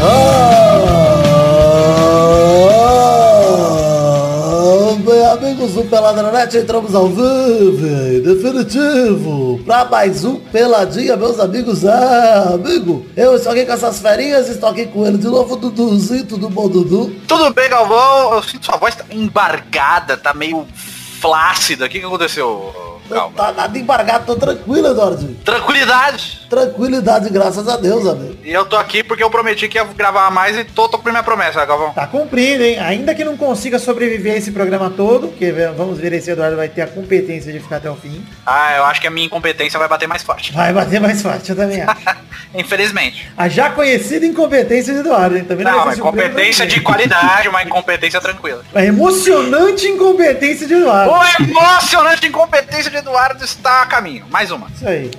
Ah, Pelada na Net, entramos ao vivo, e definitivo, pra mais um Peladinha, meus amigos. Ah, amigo, eu estou aqui com essas ferinhas, estou aqui com ele de novo, Duduzinho, tudo bom, Dudu? Tudo bem, Galvão? Eu sinto sua voz tá embargada, tá meio flácida. O que, que aconteceu? Não Calma. tá nada embargado, tô tranquilo, Eduardo. Tranquilidade. Tranquilidade, graças a Deus, amigo. E eu tô aqui porque eu prometi que ia gravar mais e tô, tô cumprindo minha promessa, Galvão. Tá cumprido, hein? Ainda que não consiga sobreviver a esse programa todo, porque v- vamos ver se o Eduardo vai ter a competência de ficar até o fim. Ah, eu acho que a minha incompetência vai bater mais forte. Vai bater mais forte, eu também acho. Infelizmente. A já conhecida incompetência de Eduardo, hein? Também Não, vai é ser surpresa competência pra de ninguém. qualidade, uma incompetência tranquila. A emocionante incompetência de Eduardo. O emocionante incompetência de Eduardo está a caminho. Mais uma. Isso aí.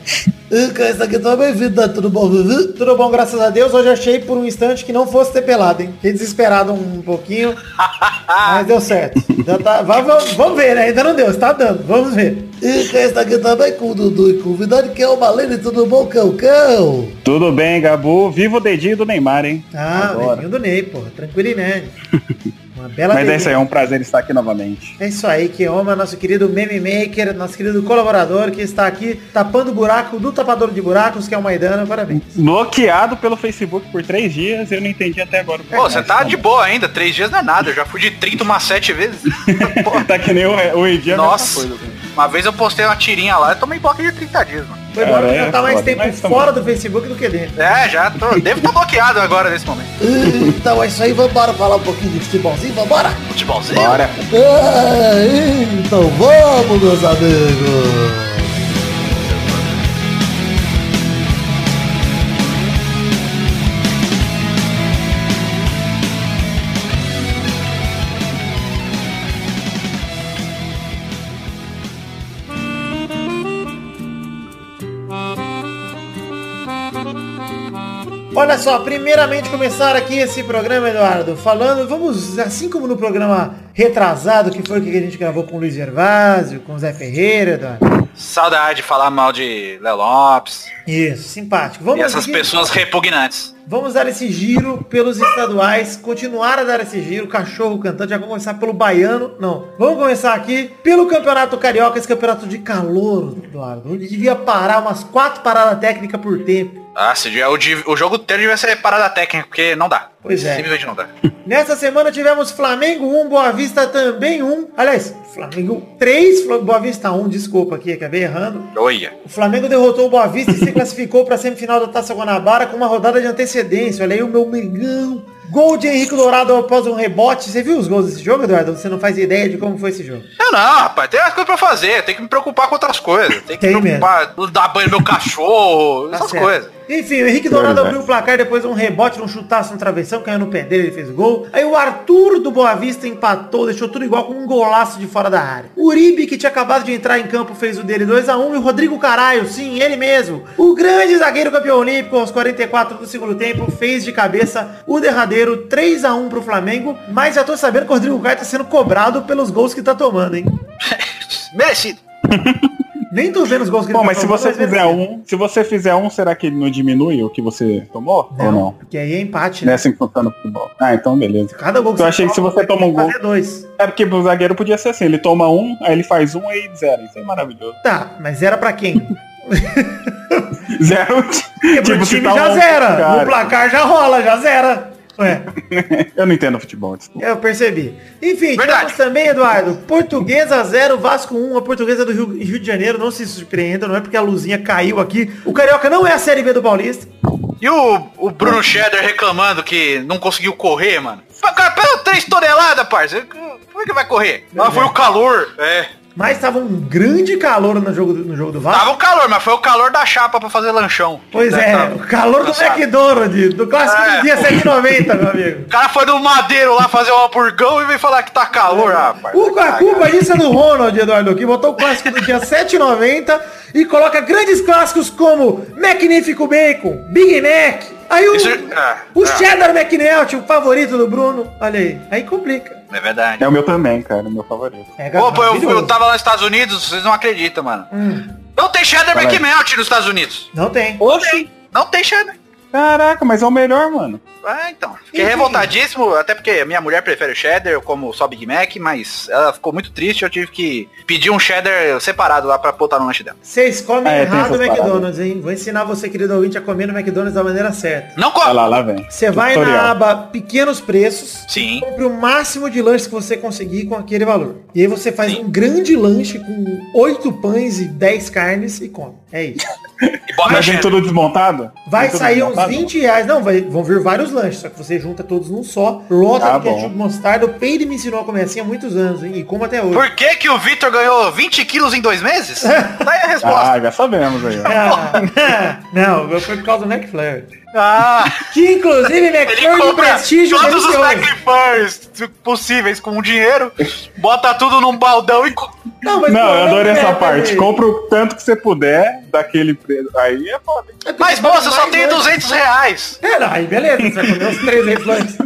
E com isso aqui também, vida, tudo bom, Vivi? tá Tudo bom, graças a Deus. Hoje eu achei por um instante que não fosse ter pelado, hein? Fiquei desesperado um pouquinho, mas deu certo. Já tá- va- va- vamos ver, né? Ainda não deu, está dando. Vamos ver. E quem está aqui tá também com o Dudu e convidado, que é o Malene, tudo bom, Cão Cão? Tudo bem, Gabu. Viva o dedinho do Neymar, hein? Ah, Adoro. velhinho do Ney, porra. Tranquilinete. Uma bela Mas é delícia. isso aí, é um prazer estar aqui novamente. É isso aí, que honra nosso querido meme maker, nosso querido colaborador que está aqui tapando o buraco do tapador de buracos, que é o Maidana, parabéns. Bloqueado pelo Facebook por três dias, eu não entendi até agora. o que é Pô, você acontece, tá cara. de boa ainda. Três dias não é nada. Eu já fui de 30 umas sete vezes. Porra. Tá que nem o, o Edir. Nossa. assim. Uma vez eu postei uma tirinha lá, eu tomei bloco de 30 dias, mano. Foi embora Cara, que já é tá mais foda, tempo mas tá fora do Facebook do que dentro. É, já tô. Devo estar bloqueado agora nesse momento. E, então é isso aí, vambora falar um pouquinho de futebolzinho, vambora? Futebolzinho. Bora. É, então vamos, meus amigos! Olha só, primeiramente começar aqui esse programa, Eduardo, falando, vamos, assim como no programa retrasado, que foi o que a gente gravou com o Luiz Gervásio, com o Zé Ferreira, Eduardo. Saudade de falar mal de Léo Lopes Isso, simpático. Vamos e essas aqui- pessoas repugnantes. Vamos dar esse giro pelos estaduais, continuar a dar esse giro, cachorro cantante, já vamos começar pelo baiano, não. Vamos começar aqui pelo Campeonato Carioca, esse campeonato de calor, Eduardo, onde devia parar umas quatro paradas técnicas por tempo. Ah, se o, div- o jogo inteiro devia ser parada técnica, porque não dá. Pois é. Simplesmente não dá. Nessa semana tivemos Flamengo 1, Boa Vista também 1. Aliás, Flamengo 3, Fla- Boa Vista 1, desculpa aqui, acabei errando. Olha. O Flamengo derrotou o Boa Vista e se classificou para a semifinal da Taça Guanabara com uma rodada de antecedência. Olha aí o meu mengão. Gol de Henrique Dourado após um rebote. Você viu os gols desse jogo, Eduardo? Você não faz ideia de como foi esse jogo. Eu É, não, rapaz, tem umas coisas pra fazer, tem que me preocupar com outras coisas. Tem que Tem me preocupar, dar banho no meu cachorro, Tá essas certo. coisas. Enfim, o Henrique Dourado Verdade. abriu o placar depois de um rebote, um chutaço no travessão, caiu no pé dele, ele fez gol. Aí o Arthur do Boa Vista empatou, deixou tudo igual com um golaço de fora da área. O Uribe, que tinha acabado de entrar em campo, fez o dele 2x1. E o Rodrigo Caralho, sim, ele mesmo. O grande zagueiro campeão olímpico, aos 44 do segundo tempo, fez de cabeça o derradeiro 3x1 pro Flamengo. Mas já tô sabendo que o Rodrigo Caio tá sendo cobrado pelos gols que tá tomando, hein? Merecido. Nem tô vendo os gols que Bom, ele tá mas se tomando, você fizer merecido. um, se você fizer um, será que ele não diminui o que você tomou? Ou Não, não? porque aí é empate, Não é né? assim que funciona o futebol. Ah, então beleza. Cada gol que Eu achei que se toma, você toma tem um que gol- fazer dois. É porque o zagueiro podia ser assim, ele toma um, aí ele faz um e zero. Isso é maravilhoso. Tá, mas era pra quem? Zero. Porque tipo, pro se time tá já um, zera. cara. No placar já rola, já zera. Ué, Eu não entendo futebol, desculpa. eu percebi. Enfim, Verdade. tivemos também, Eduardo, Portuguesa 0, Vasco 1, a Portuguesa do Rio, Rio de Janeiro, não se surpreenda, não é porque a luzinha caiu aqui. O Carioca não é a Série B do Paulista. E o, o Bruno Cheddar reclamando que não conseguiu correr, mano. Mas, cara, pega 3 toneladas, parça. Como é que vai correr? Ah, foi o calor. É. Mas tava um grande calor no jogo do, no jogo do Vasco. Tava o calor, mas foi o calor da chapa pra fazer lanchão. Pois Né, é, tava- o calor do cansado. McDonald's, do clássico É, do dia pô. 790, meu amigo. O cara foi no madeiro lá fazer um hamburgão e veio falar que tá calor, rapaz. O, É. a culpa disso é do Ronald, Eduardo, que botou o clássico do dia 7,90 e coloca grandes clássicos como Magnífico Bacon, Big Mac. Aí o, Isso- é, o é. Cheddar McNelt, o favorito do Bruno. Olha aí, aí complica. É verdade. É o meu também, cara, o meu favorito. É, Opa, eu, maravilhoso. Hum, eu tá- tava lá nos Estados Unidos, vocês não acreditam, mano. Não tem cheddar Fala aí. McMelt nos Estados Unidos. Não tem. Oxi. Não tem cheddar. Caraca, mas é o melhor, mano. Ah, então. Fiquei revoltadíssimo, até porque a minha mulher prefere o cheddar, eu como só Big Mac, mas ela ficou muito triste, eu tive que pedir um cheddar separado lá pra botar no lanche dela. Vocês comem É, tem errado essas no McDonald's, hein? Vou ensinar você, querido ouvinte, a comer no McDonald's da maneira certa. Não Olha come! lá, lá vem. Você vai Tutorial. na aba Pequenos Preços, Sim. compre o máximo de lanches que você conseguir com aquele valor. E aí você faz Sim. um grande lanche com oito pães e 10 carnes e come. É isso. E bota Mas vem cheddar. tudo desmontado? Vai Vem tudo sair uns desmontado? 20 reais. Não, vai- vão vir vários lanches, só que você junta todos num só, lota Tá de ketchup bom. mostarda. O Peide me ensinou a comer assim há muitos anos, hein? E como até hoje. Por que que o Victor ganhou 20 quilos em dois meses? Daí a resposta. Ah, já sabemos aí. É, ó. Ah, não, foi por causa do McFlurry. Ah, Que inclusive ele McFlurry de compra prestígio todos os delicioso. McFlurries possíveis com o dinheiro, bota tudo num baldão e... co- Não, mas Não, pô, eu adorei é, essa mas- parte. Compra o tanto que você puder daquele preço. Aí é foda. hein? É porque Mas, você paga moça, só mais tem lanche. 200 reais. É, não, aí beleza, você vai comer uns 300 lanches.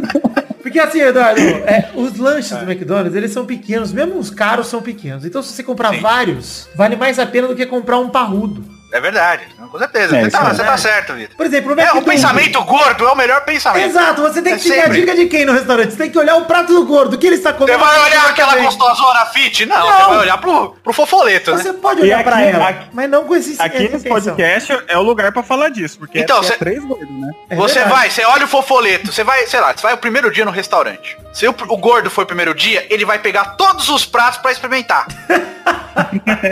Porque assim, Eduardo, é, os lanches do McDonald's, eles são pequenos, mesmo os caros são pequenos. Então se você comprar Sim. vários, vale mais a pena do que comprar um parrudo. É verdade, com certeza. É, você, isso tá, é você tá certo, Vitor. Por exemplo, É, o pensamento gordo é o melhor pensamento. Exato, você tem É que seguir a sempre. dica de quem no restaurante? Você tem que olhar o prato do gordo, o que ele está comendo. Você vai olhar também. aquela gostosona fit? Não, Não. você vai olhar pro, pro fofoleto, né? Você pode E olhar aqui- pra ela, aqui- mas não com esse Aqui essa nesse intenção. podcast é o lugar pra falar disso, porque Então, é, cê- é três gordos, né? É você verdade. vai, você olha o fofoleto, você vai, sei lá, você vai o primeiro dia no restaurante. Se o, o gordo foi o primeiro dia, ele vai pegar todos os pratos pra experimentar.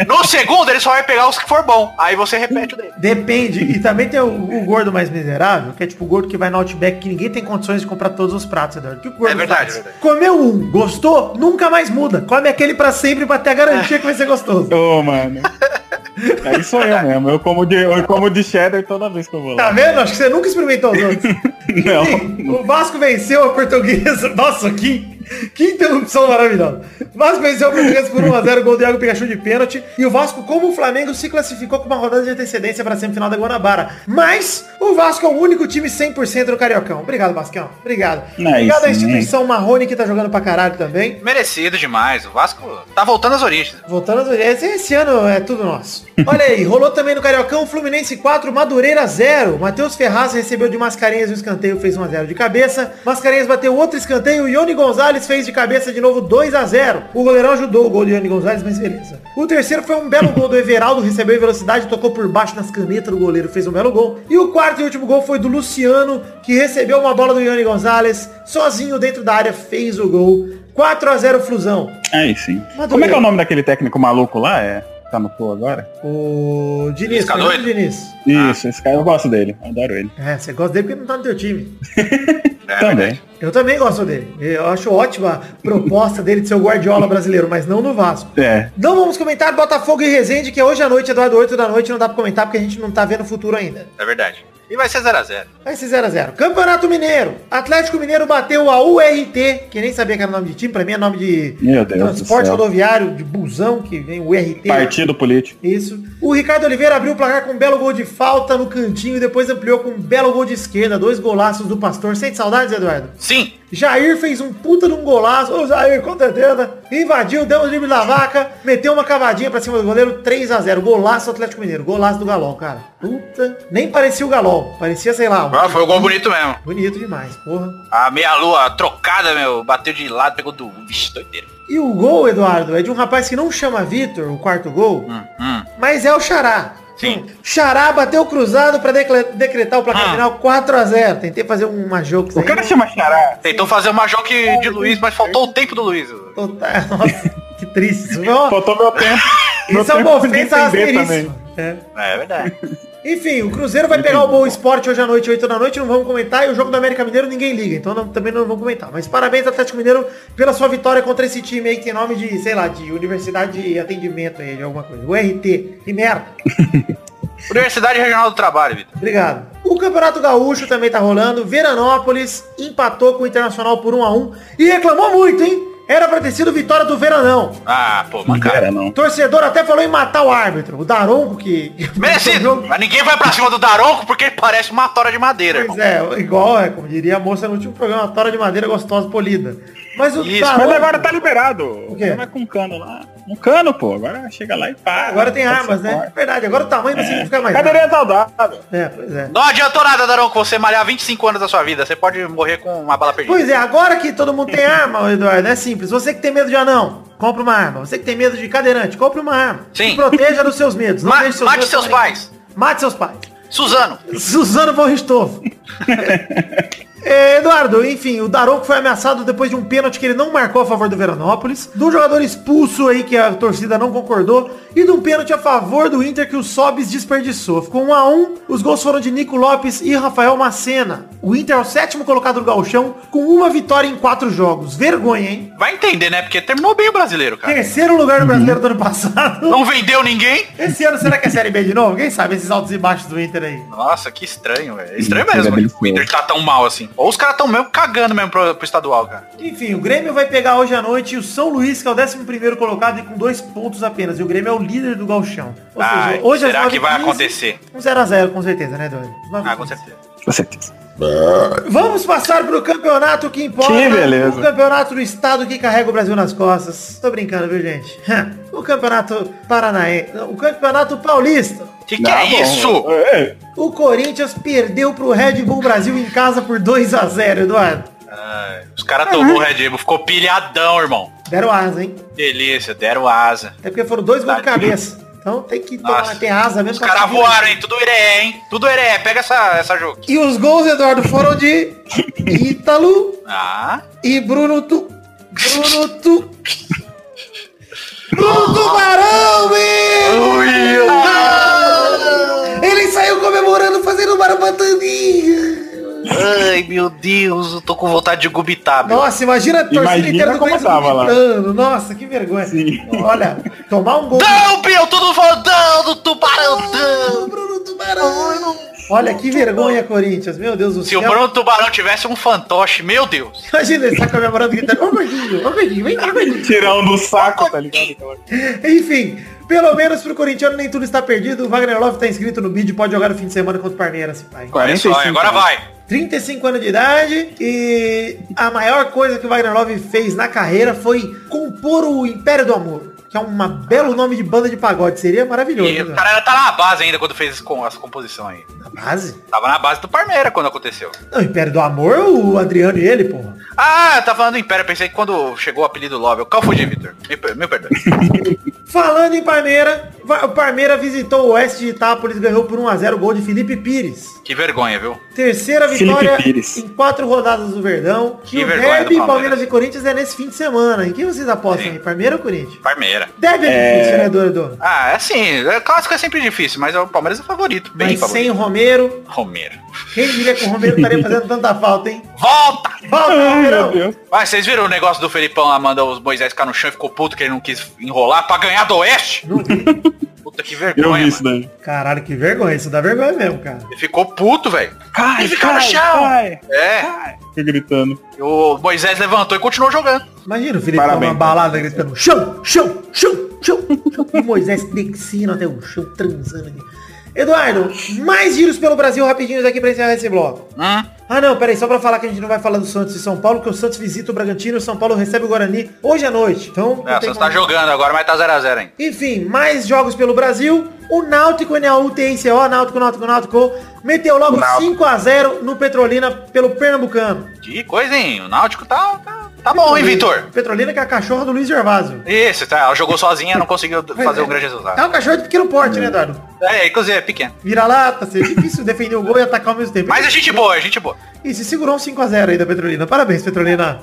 no segundo, ele só vai pegar os que for bom. Aí você repete o dele. Depende. E também tem o, o gordo mais miserável, que é tipo o gordo que vai no Outback, que ninguém tem condições de comprar todos os pratos, Eduardo. Que o gordo É verdade, faz? é verdade. Comeu um, gostou, nunca mais muda. Come aquele pra sempre pra ter a garantia que vai ser gostoso. Ô, mano. Aí sou eu mesmo. Eu como, de, eu como de cheddar toda vez que eu vou Tá lá. vendo? Acho que você nunca experimentou os outros. Enfim, O Vasco venceu a portuguesa. Nossa, que, que interrupção maravilhosa. O Vasco venceu a portuguesa por 1x0, gol do Iago Pikachu de pênalti. E o Vasco, como o Flamengo, se classificou com uma rodada de antecedência para a semifinal da Guanabara. Mas o Vasco é o único time 100% do Cariocão. Obrigado, Bascão. Obrigado. Não é Obrigado isso, à instituição Marrone, que tá jogando pra caralho também. Merecido demais. O Vasco tá voltando às origens. Voltando às origens, esse ano é tudo nosso. Olha aí, rolou também no Cariocão, Fluminense 4, Madureira 0. Matheus Ferraz recebeu de Mascarenhas um escanteio, fez 1x0 de cabeça. Mascarenhas bateu outro escanteio, Ione Gonzalez fez de cabeça de novo 2x0. O goleirão ajudou o gol de Ione Gonzalez, mas beleza. O terceiro foi um belo gol do Everaldo, recebeu em velocidade, tocou por baixo nas canetas do goleiro, fez um belo gol. E o quarto e último gol foi do Luciano, que recebeu uma bola do Ione Gonzalez, sozinho dentro da área, fez o gol. 4x0 Flusão. Aí sim. Madureira. Como é que é o nome daquele técnico maluco lá? É. Tá no Flow agora? O Diniz, Fica Fernando doido? Diniz. Isso, esse cara eu gosto dele. Adoro ele. É, você gosta dele porque não tá no teu time. É Também. Eu também gosto dele. Eu acho ótima a proposta dele de ser o Guardiola brasileiro, mas não no Vasco. É. Não vamos comentar Botafogo e Resende, que é hoje à noite, Eduardo, 8 da noite, não dá pra comentar porque a gente não tá vendo o futuro ainda. É verdade. E vai ser 0x0. Vai ser 0x0. Campeonato Mineiro. Atlético Mineiro bateu a URT, que nem sabia que era nome de time, pra mim é nome de Meu Deus do transporte céu. rodoviário, de busão, que vem o URT. É, Partido político. Isso. O Ricardo Oliveira abriu o placar com um belo gol de falta no cantinho, depois ampliou com um belo gol de esquerda, dois golaços do Pastor. Sente saudades, Eduardo? Sim. Jair fez um puta de um golaço. Ô, Jair, com certeza. Invadiu, deu o drible da vaca, meteu uma cavadinha pra cima do goleiro, 3 a 0 Golaço do Atlético Mineiro, golaço do Galol, cara. Puta. Nem parecia o Galol, parecia, sei lá, um... Ah, foi um gol bonito mesmo. bonito demais, porra. A meia-lua trocada, meu, bateu de lado, pegou do... Vixe, doideira. E o gol, Eduardo, é de um rapaz que não chama Vitor, o quarto gol, Hum, hum. mas é o Xará. Sim. Xará bateu cruzado pra decle- decretar o placar Ah. final 4x0. Tentei fazer um, uma jogo O cara chama Xará. Tentou fazer uma joque de Luiz, mas faltou o tempo do Luiz. tá- Nossa, que triste. Isso, foi uma- Faltou meu tempo. Meu isso é uma tempo de ofensa entender asperíssima. É. É verdade. Enfim, o Cruzeiro vai pegar o Boa Esporte hoje à noite, 8 da noite, não vamos comentar. E o jogo do América Mineiro ninguém liga, então não- também não vamos comentar. Mas parabéns, Atlético Mineiro, pela sua vitória contra esse time aí que tem nome de, sei lá, de universidade de atendimento aí, de alguma coisa. URT, que merda. Universidade Regional do Trabalho, Vitor. Obrigado. O Campeonato Gaúcho também tá rolando. Veranópolis empatou com o Internacional por 1 a 1 e reclamou muito, hein? Era pra ter sido vitória do Veranão. Ah, pô, Não mancada. era, não. Torcedor até falou em matar o árbitro. O Daronco que... um Merecido. Mas ninguém vai pra cima do Daronco porque ele parece uma tora de madeira, irmão. Pois é, igual é, como diria a moça no último programa, a tora de madeira gostosa polida. Mas o Isso, tá Mas louco? agora tá liberado. O quê? Vai com um cano lá. Um cano, pô. Agora chega lá e pá. Agora tem Pode armas, ser né? forte. Verdade, agora o tamanho não É. significa mais nada. Cadeirinha saudável. É, pois é. Não adiantou nada, Darão, que você malhar 25 anos da sua vida. Você pode morrer com uma bala perdida. Pois é, agora que todo mundo tem arma, Eduardo, é simples. Você que tem medo de anão, compra uma arma. Você que tem medo de cadeirante, compra uma arma. Sim. Se proteja dos seus medos. não Ma- deixe mate medos seus tomarem- pais. Mate seus pais. Suzano, Suzano von Ristovo. É, Eduardo, enfim, o Daronco foi ameaçado depois de um pênalti que ele não marcou a favor do Veranópolis, de um jogador expulso aí que a torcida não concordou, e de um pênalti a favor do Inter que o Sobis desperdiçou. Ficou 1 a 1 os gols foram de Nico Lopes e Rafael Macena. O Inter é o sétimo colocado do gauchão, com uma vitória em quatro jogos. Vergonha, hein? vai entender, né? Porque terminou bem o brasileiro, cara. Terceiro lugar no Brasileiro do ano passado. Não vendeu ninguém? Esse ano será que é Série B de novo? Quem sabe esses altos e baixos do Inter aí? Nossa, que estranho, velho. É Estranho Mentira, mesmo bem que o Inter tá tão mal assim. Ou os caras tão mesmo cagando mesmo pro, pro estadual, cara. Enfim, o Grêmio vai pegar hoje à noite o São Luís, que é o 11 colocado e com dois pontos apenas. E o Grêmio é o líder do Galchão. Ou Ai, às será que 9h15, vai acontecer? Um 0x0, com certeza, né, Eduardo? Ah, com certeza. Com certeza. Vamos passar pro campeonato que importa. Que beleza. O campeonato do estado que carrega o Brasil nas costas. Tô brincando, viu, gente? O campeonato paranaense. não, O campeonato paulista. Que que Ah, é isso? O Corinthians perdeu pro Red Bull Brasil em casa por 2x0, Eduardo. Ai, os caras tomou o Red Bull, ficou pilhadão, irmão. Deram asa, hein? Delícia, deram asa. Até É porque foram dois gols de cabeça. Então tem que tomar, Nossa. tem asa mesmo. Os pra caras seguir. voaram, hein? Tudo heré, hein? Tudo heré. Pega essa, essa jogo. E os gols, Eduardo, foram de Ítalo Ah, e Bruno Tu. Bruno Tu. Bruno Tubarão, meu! Ah! Ele saiu comemorando, fazendo barbatandinha. Ai, meu Deus, eu tô com vontade de gubitar, meu. Nossa, imagina a torcida Imagina inteira do como Corinthians tava lá. gritando. Nossa, que vergonha. Sim. Olha, tomar um gol. Não, Bill, todo mundo falando, não, do tubarão, não. Bruno Tubarão. Olha que vergonha, Corinthians. Meu Deus do Se o céu. Bruno Tubarão tivesse um fantoche, meu Deus. Imagina, ele tá comemorando gritando. Ô, Gordinho, ô, Gordinho, vem cá, Gordinho. Tirando do saco, tá ligado? Enfim, pelo menos pro corintiano nem tudo está perdido. O Wagner Love tá inscrito no BID, pode jogar no fim de semana contra o Parmeiras, pai. Olha só, hein, agora vai. 35 anos de idade e a maior coisa que o Wagner Love fez na carreira foi compor o Império do Amor, que é um belo nome de banda de pagode. Seria maravilhoso. E né? o cara ainda tá na base ainda quando fez com- essa composição aí. Na base? Tava na base do Parmeira quando aconteceu. Não, Império do Amor, o Adriano e ele, porra. Ah, tá falando do Império, eu pensei que quando chegou o apelido Love, eu confundi, Victor. Me, per- me perdoe. Falando em Parmeira, va- o Parmeira visitou o Oeste de Itápolis, ganhou por 1x0 gol de Felipe Pires. Que vergonha, viu? Terceira Felipe vitória Pires. em quatro rodadas do Verdão. Que e o vergonha do derby Palmeiras. Palmeiras e Corinthians é nesse fim de semana. Em quem vocês apostam Sim. aí? Palmeiras ou Corinthians? Parmeira. Derby é, difícil, né, Dorador? Ah, é assim, é, clássico é sempre difícil, mas o Palmeiras é favorito, bem Mas sem favorito. o Romero, Romero. quem diria que o Romero estaria fazendo tanta falta, hein? Volta! Falta, Ai, meu Romerão! Deus. Mas vocês viram o negócio do Felipão lá, mandou os Moisés ficar no chão e ficou puto que ele não quis enrolar pra ganhar do Oeste? Não vi. Puta que Eu vergonha, vi isso mano. daí. Caralho, que vergonha. Isso dá vergonha mesmo, cara. Ele ficou puto, velho. Cai, fica no chão. É, Fica gritando. e o Moisés levantou e continuou jogando. Imagina o Felipe Parabéns. numa balada gritando chão, chão, chão, chão, chão. E o Moisés descendo até o chão, transando aqui. Eduardo, mais giros pelo Brasil rapidinhos aqui pra encerrar esse bloco. Hum, Ah não, peraí, só pra falar que a gente não vai falar do Santos e São Paulo, que o Santos visita o Bragantino e o São Paulo recebe o Guarani hoje à noite. Então, não é, o tem Santos tá como- jogando agora, mas tá 0x0 ainda. Enfim, mais jogos pelo Brasil. O Náutico, NAU, TICO, Náutico, Náutico, Náutico, meteu logo Náutico. 5x0 no Petrolina pelo Pernambucano. Que coisa, hein? O Náutico tá, tá, tá bom, hein, Vitor? Petrolina que é a cachorra do Luiz Gervásio. Isso, tá, ela jogou sozinha, não conseguiu fazer um grande É resultado. um cachorro de pequeno porte, né, Eduardo? É, inclusive é pequeno. Vira lata, seria difícil defender o gol e atacar ao mesmo tempo. Mas é gente boa, é gente boa. E se segurou um 5x0 aí da Petrolina. Parabéns, Petrolina.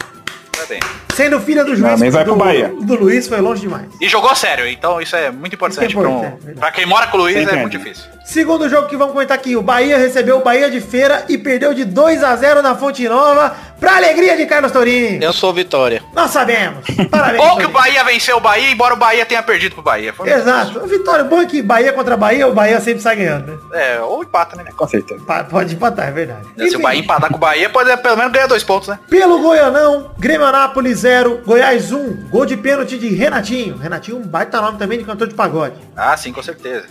Tá bem. Sendo filha do juiz Parabéns, vai pro do, Bahia. do Luiz, foi longe demais. E jogou sério, então isso é muito importante. Isso é importante, pra, um- verdade. pra quem mora com o Luiz Sempre é é, muito né? difícil. Segundo jogo que vamos comentar aqui, o Bahia recebeu o Bahia de Feira e perdeu de 2 a 0 na Fonte Nova, pra alegria de Carlos Torinho. Eu sou Vitória. Nós sabemos. Parabéns. Ou que o Torinho. Bahia venceu o Bahia, embora o Bahia tenha perdido pro Bahia. Foi- Exato. Vitória, o bom é que Bahia contra Bahia, o Bahia sempre sai ganhando, né? É, ou empata, né? Com certeza. Pa- Pode empatar, é verdade. Se o Enfim, Bahia empatar com o Bahia, pode pelo menos ganhar dois pontos, né? Pelo Goianão, Grêmio Anápolis 0, Goiás 1, gol de pênalti de Renatinho. Renatinho, um baita nome também de cantor de pagode. Ah, sim, com certeza.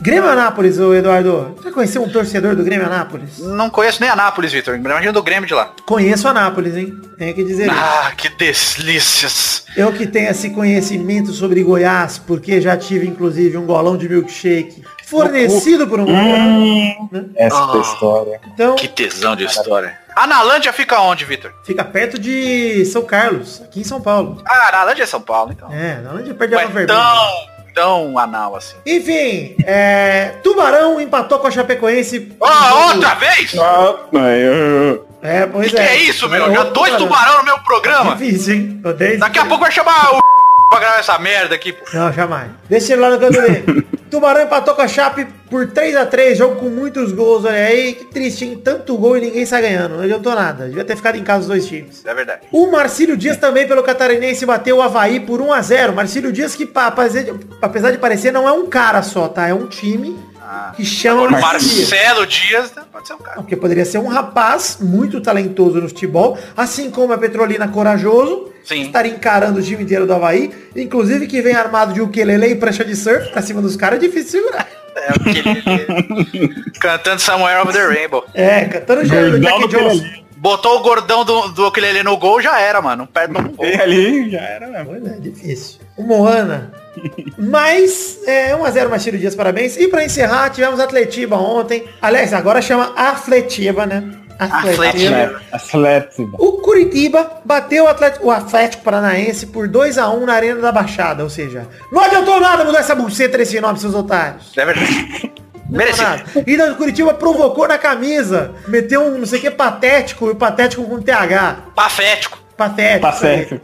Grêmio Anápolis, ô Eduardo. Já conheceu um torcedor do Grêmio Anápolis? Não conheço nem Anápolis, Vitor. Imagina do Grêmio de lá. Conheço Anápolis, hein? Tenho que dizer isso. Ah, que delícias. Eu que tenho esse conhecimento sobre Goiás, porque já tive inclusive um golão de milkshake fornecido por um. Hum, Né? essa Ah. é a história. Então, Que tesão de história. Analândia fica onde, Vitor? fica perto de São Carlos, aqui em São Paulo. Ah, Analândia é São Paulo, então. É, na onde perde a Não é tão, tão anal assim. Enfim, é, Tubarão empatou com a Chapecoense. Ó, outra vez? O Ah, eu- É, pois que, que é isso, meu? Já outro dois tubarão no meu programa? Difícil, hein? Odeio Daqui a pouco vai chamar o pra gravar essa merda aqui. pô. Não, jamais. Deixa ele lá no canto dele. Tubarão empatou com a Chape por 3x3, jogo com muitos gols, olha aí. Que triste, hein? Tanto gol e ninguém sai ganhando. Não adiantou nada. Devia ter ficado em casa os dois times. É verdade. O Marcílio Dias também pelo Catarinense bateu o Havaí por 1x0. Marcílio Dias que, pa- apesar de- apesar de parecer, não é um cara só, tá? É um time Ah. que chama O Marcílio. Marcelo Dias, né? pode ser um cara. Não, Porque poderia ser um rapaz muito talentoso no futebol, assim como a Petrolina corajoso, Sim. que estaria encarando o time inteiro do Havaí, inclusive que vem armado de um ukelele e prancha de surf pra cima dos caras, é difícil segurar. É, aquele- Cantando Somewhere of the Rainbow. É, cantando Jack Gordão do Jones. Pelé. Botou o gordão do, do Ukulele no gol, já era, mano. Não perde um gol. E ali já era mesmo. Pois é, difícil. O Moana. Mas, é, 1x0 Machiro Dias, parabéns. E pra encerrar, tivemos Atletiba ontem. Aliás, agora chama Atletiba, né? Atletiba. é Atlético. O Curitiba bateu o Atlético, o Atlético Paranaense por 2x1 na Arena da Baixada, ou seja, não adiantou nada mudar essa buceta desse nome, seus otários. É verdade. Merecido. E Ainda o Curitiba provocou na camisa, meteu um não sei o que patético, e o patético com TH. Pafético. Patético. Tá certo.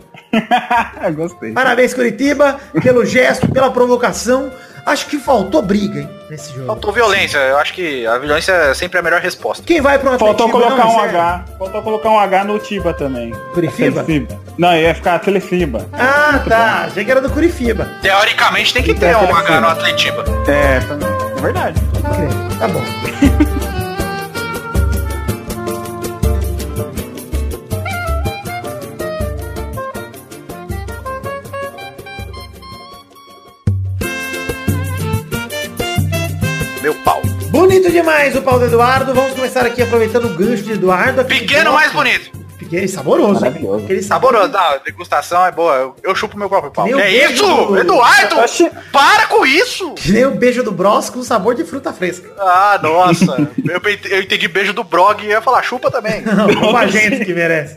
Gostei. Parabéns, Curitiba, pelo gesto, pela provocação. Acho que faltou briga, hein, nesse jogo. Faltou violência. Eu acho que a violência é sempre a melhor resposta. Quem vai pro Atlético? Faltou colocar não um reserva? H. Faltou colocar um H no Tiba também. Curitiba? Atletiba. Não, ia ficar Atletiba. Ah, tá. Achei que era do Curitiba. Teoricamente tem que ter um H no Atletiba. É, também. É verdade. Ok, Tá bom. Meu pau. Bonito demais o pau do Eduardo. Vamos começar aqui aproveitando o gancho de Eduardo. Aquele Pequeno, toque. mais bonito. Pequeno e saboroso. hein? Maravilhoso. Aquele saboroso. Saboroso. Ah, degustação é boa. Eu, eu chupo meu próprio pau. Meu é Deus, isso? Dudu. Eduardo! Oxi. Para com isso! Que nem o beijo do Bros com sabor de fruta fresca. Ah, nossa. eu, pe- eu entendi beijo do Brog e ia falar chupa também. Não, como a gente que merece.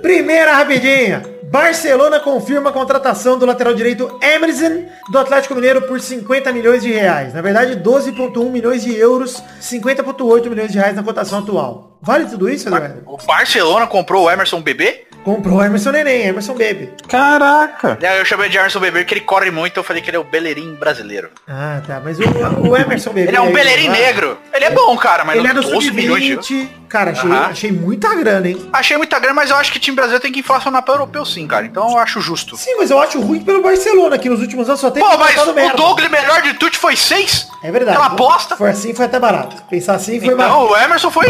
Primeira rapidinha. Barcelona confirma a contratação do lateral direito Emerson do Atlético Mineiro por 50 milhões de reais. Na verdade, 12,1 milhões de euros, 50,8 milhões de reais na cotação atual. Vale tudo isso, Eduardo? O Barcelona comprou o Emerson Bebê? Comprou o Emerson Neném, Emerson Baby. Caraca. Daí Eu chamei de Emerson Bebê porque ele corre muito. Eu falei que ele é o beleirinho brasileiro. Ah, tá. Mas o, o Emerson Bebê. Ele é um beleirinho né? negro. Ele é bom, cara, mas Ele é não do 12 milhões de euros. sub-20. Cara, achei, Aham. achei muita grana, hein? Achei muita grana, mas eu acho que time brasileiro tem que inflacionar para europeu sim, cara. Então eu acho justo. Sim, mas eu acho ruim pelo Barcelona, que nos últimos anos só tem Pô, mas contratado o Douglas melhor de tudo foi seis? É verdade. Aquela aposta. Foi assim, foi até barato. Pensar assim, foi barato. Então, o Emerson foi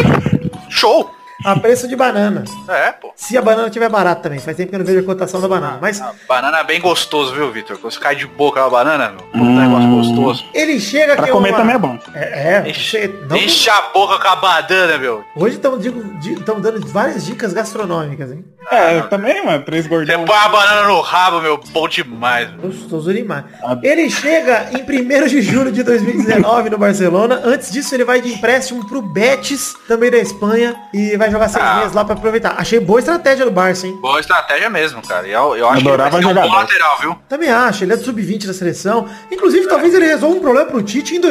show. A preço de banana. É, pô. Se a banana tiver barata também. Faz tempo que eu não vejo a cotação da banana. Mas Ah, banana é bem gostoso, viu, Vitor? Quando você cai de boca na banana, meu, puta negócio gostoso. ele chega Pra que é comer uma- também é bom. É, é. Enche, não- enche a boca com a banana, meu. Hoje estão dando várias dicas gastronômicas, hein? É, também, mano. Três Ah. Você gordão. põe a banana no rabo, meu, bom demais. meu. Gostoso demais. Ah. Ele chega em 1 de julho de 2019 no Barcelona. Antes disso, ele vai de empréstimo pro Betis, também da Espanha, e vai jogar seis Ah. meses lá pra aproveitar. Achei boa estratégia do Barça, hein? Boa estratégia mesmo, cara. E Eu, eu acho Adorava que ele vai ser um jogar bom bola. lateral, viu? Também acho, ele é do sub-20 da seleção. Inclusive, talvez ele resolva um problema pro Tite em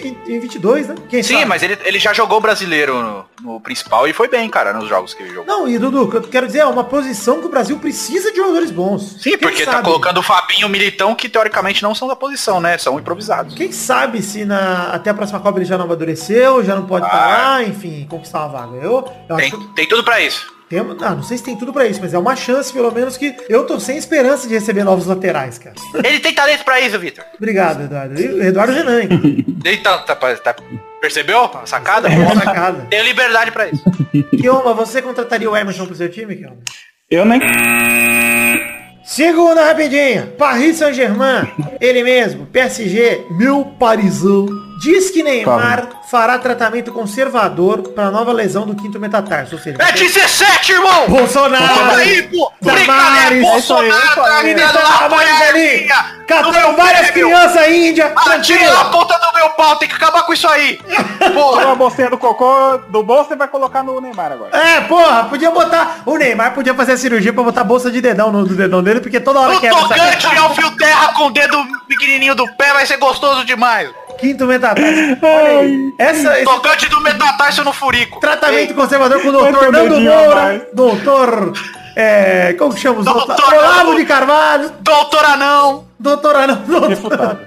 2022, né? Quem Sim, sabe? mas ele, ele já jogou brasileiro no, no principal e foi bem, cara, nos jogos que ele jogou. Não, e Dudu, o que eu quero dizer é uma posição que o Brasil precisa de jogadores bons. Sim, Quem porque tá sabe- colocando o Fabinho e o Militão, que teoricamente não são da posição, né? São improvisados. Quem sabe se na... até a próxima Copa ele já não amadureceu, já não pode Ah. estar lá, enfim, conquistar uma vaga. Eu, eu acho Tem, tem tudo pra isso. Tem, ah, não sei se tem tudo pra isso, mas é uma chance, pelo menos, que eu tô sem esperança de receber novos laterais, cara. Ele tem talento pra isso, Vitor. Obrigado, Eduardo. E o Eduardo Renan, inclusive, Ele tá, tá- tá- percebeu? a Sacada? uma sacada. Tenho liberdade pra isso. Kioma, você contrataria o Emerson pro seu time, Kioma? Eu nem. Segunda rapidinho. Paris Saint-Germain, ele mesmo, PSG, Meu parizão. diz que Neymar fará tratamento conservador para nova lesão do quinto metatarso, ou seja, É 17, irmão! Toma Bolsonaro. aí, pô! Damares, Brincadeira, é isso aí, eu Bolsonaro! falei. tá Menino dando uma Damares ali, apanhadinha. Catando Não, é várias meu, crianças índia, Atira na tranquilo. ponta do meu pau, tem que acabar com isso aí! Tirou Porra! é a bolsinha do cocô do bolso e vai colocar no Neymar agora. É, porra, podia botar. O Neymar podia fazer a cirurgia pra botar bolsa de dedão no, no dedão dele, porque toda hora No quebra essa tocante ao fio terra com o dedo pequenininho do pé vai ser gostoso demais! Quinto metatarso. Olha aí. Essa, esse Tocante do metatarso no furico! tratamento conservador com o Foi doutor pro Nando dedinho Moura. abaixo. Doutor. É, como que chama os Doutor outros? Olavo Nando- de Carvalho. Doutor Anão! Doutor Anão. Doutor... Refutado.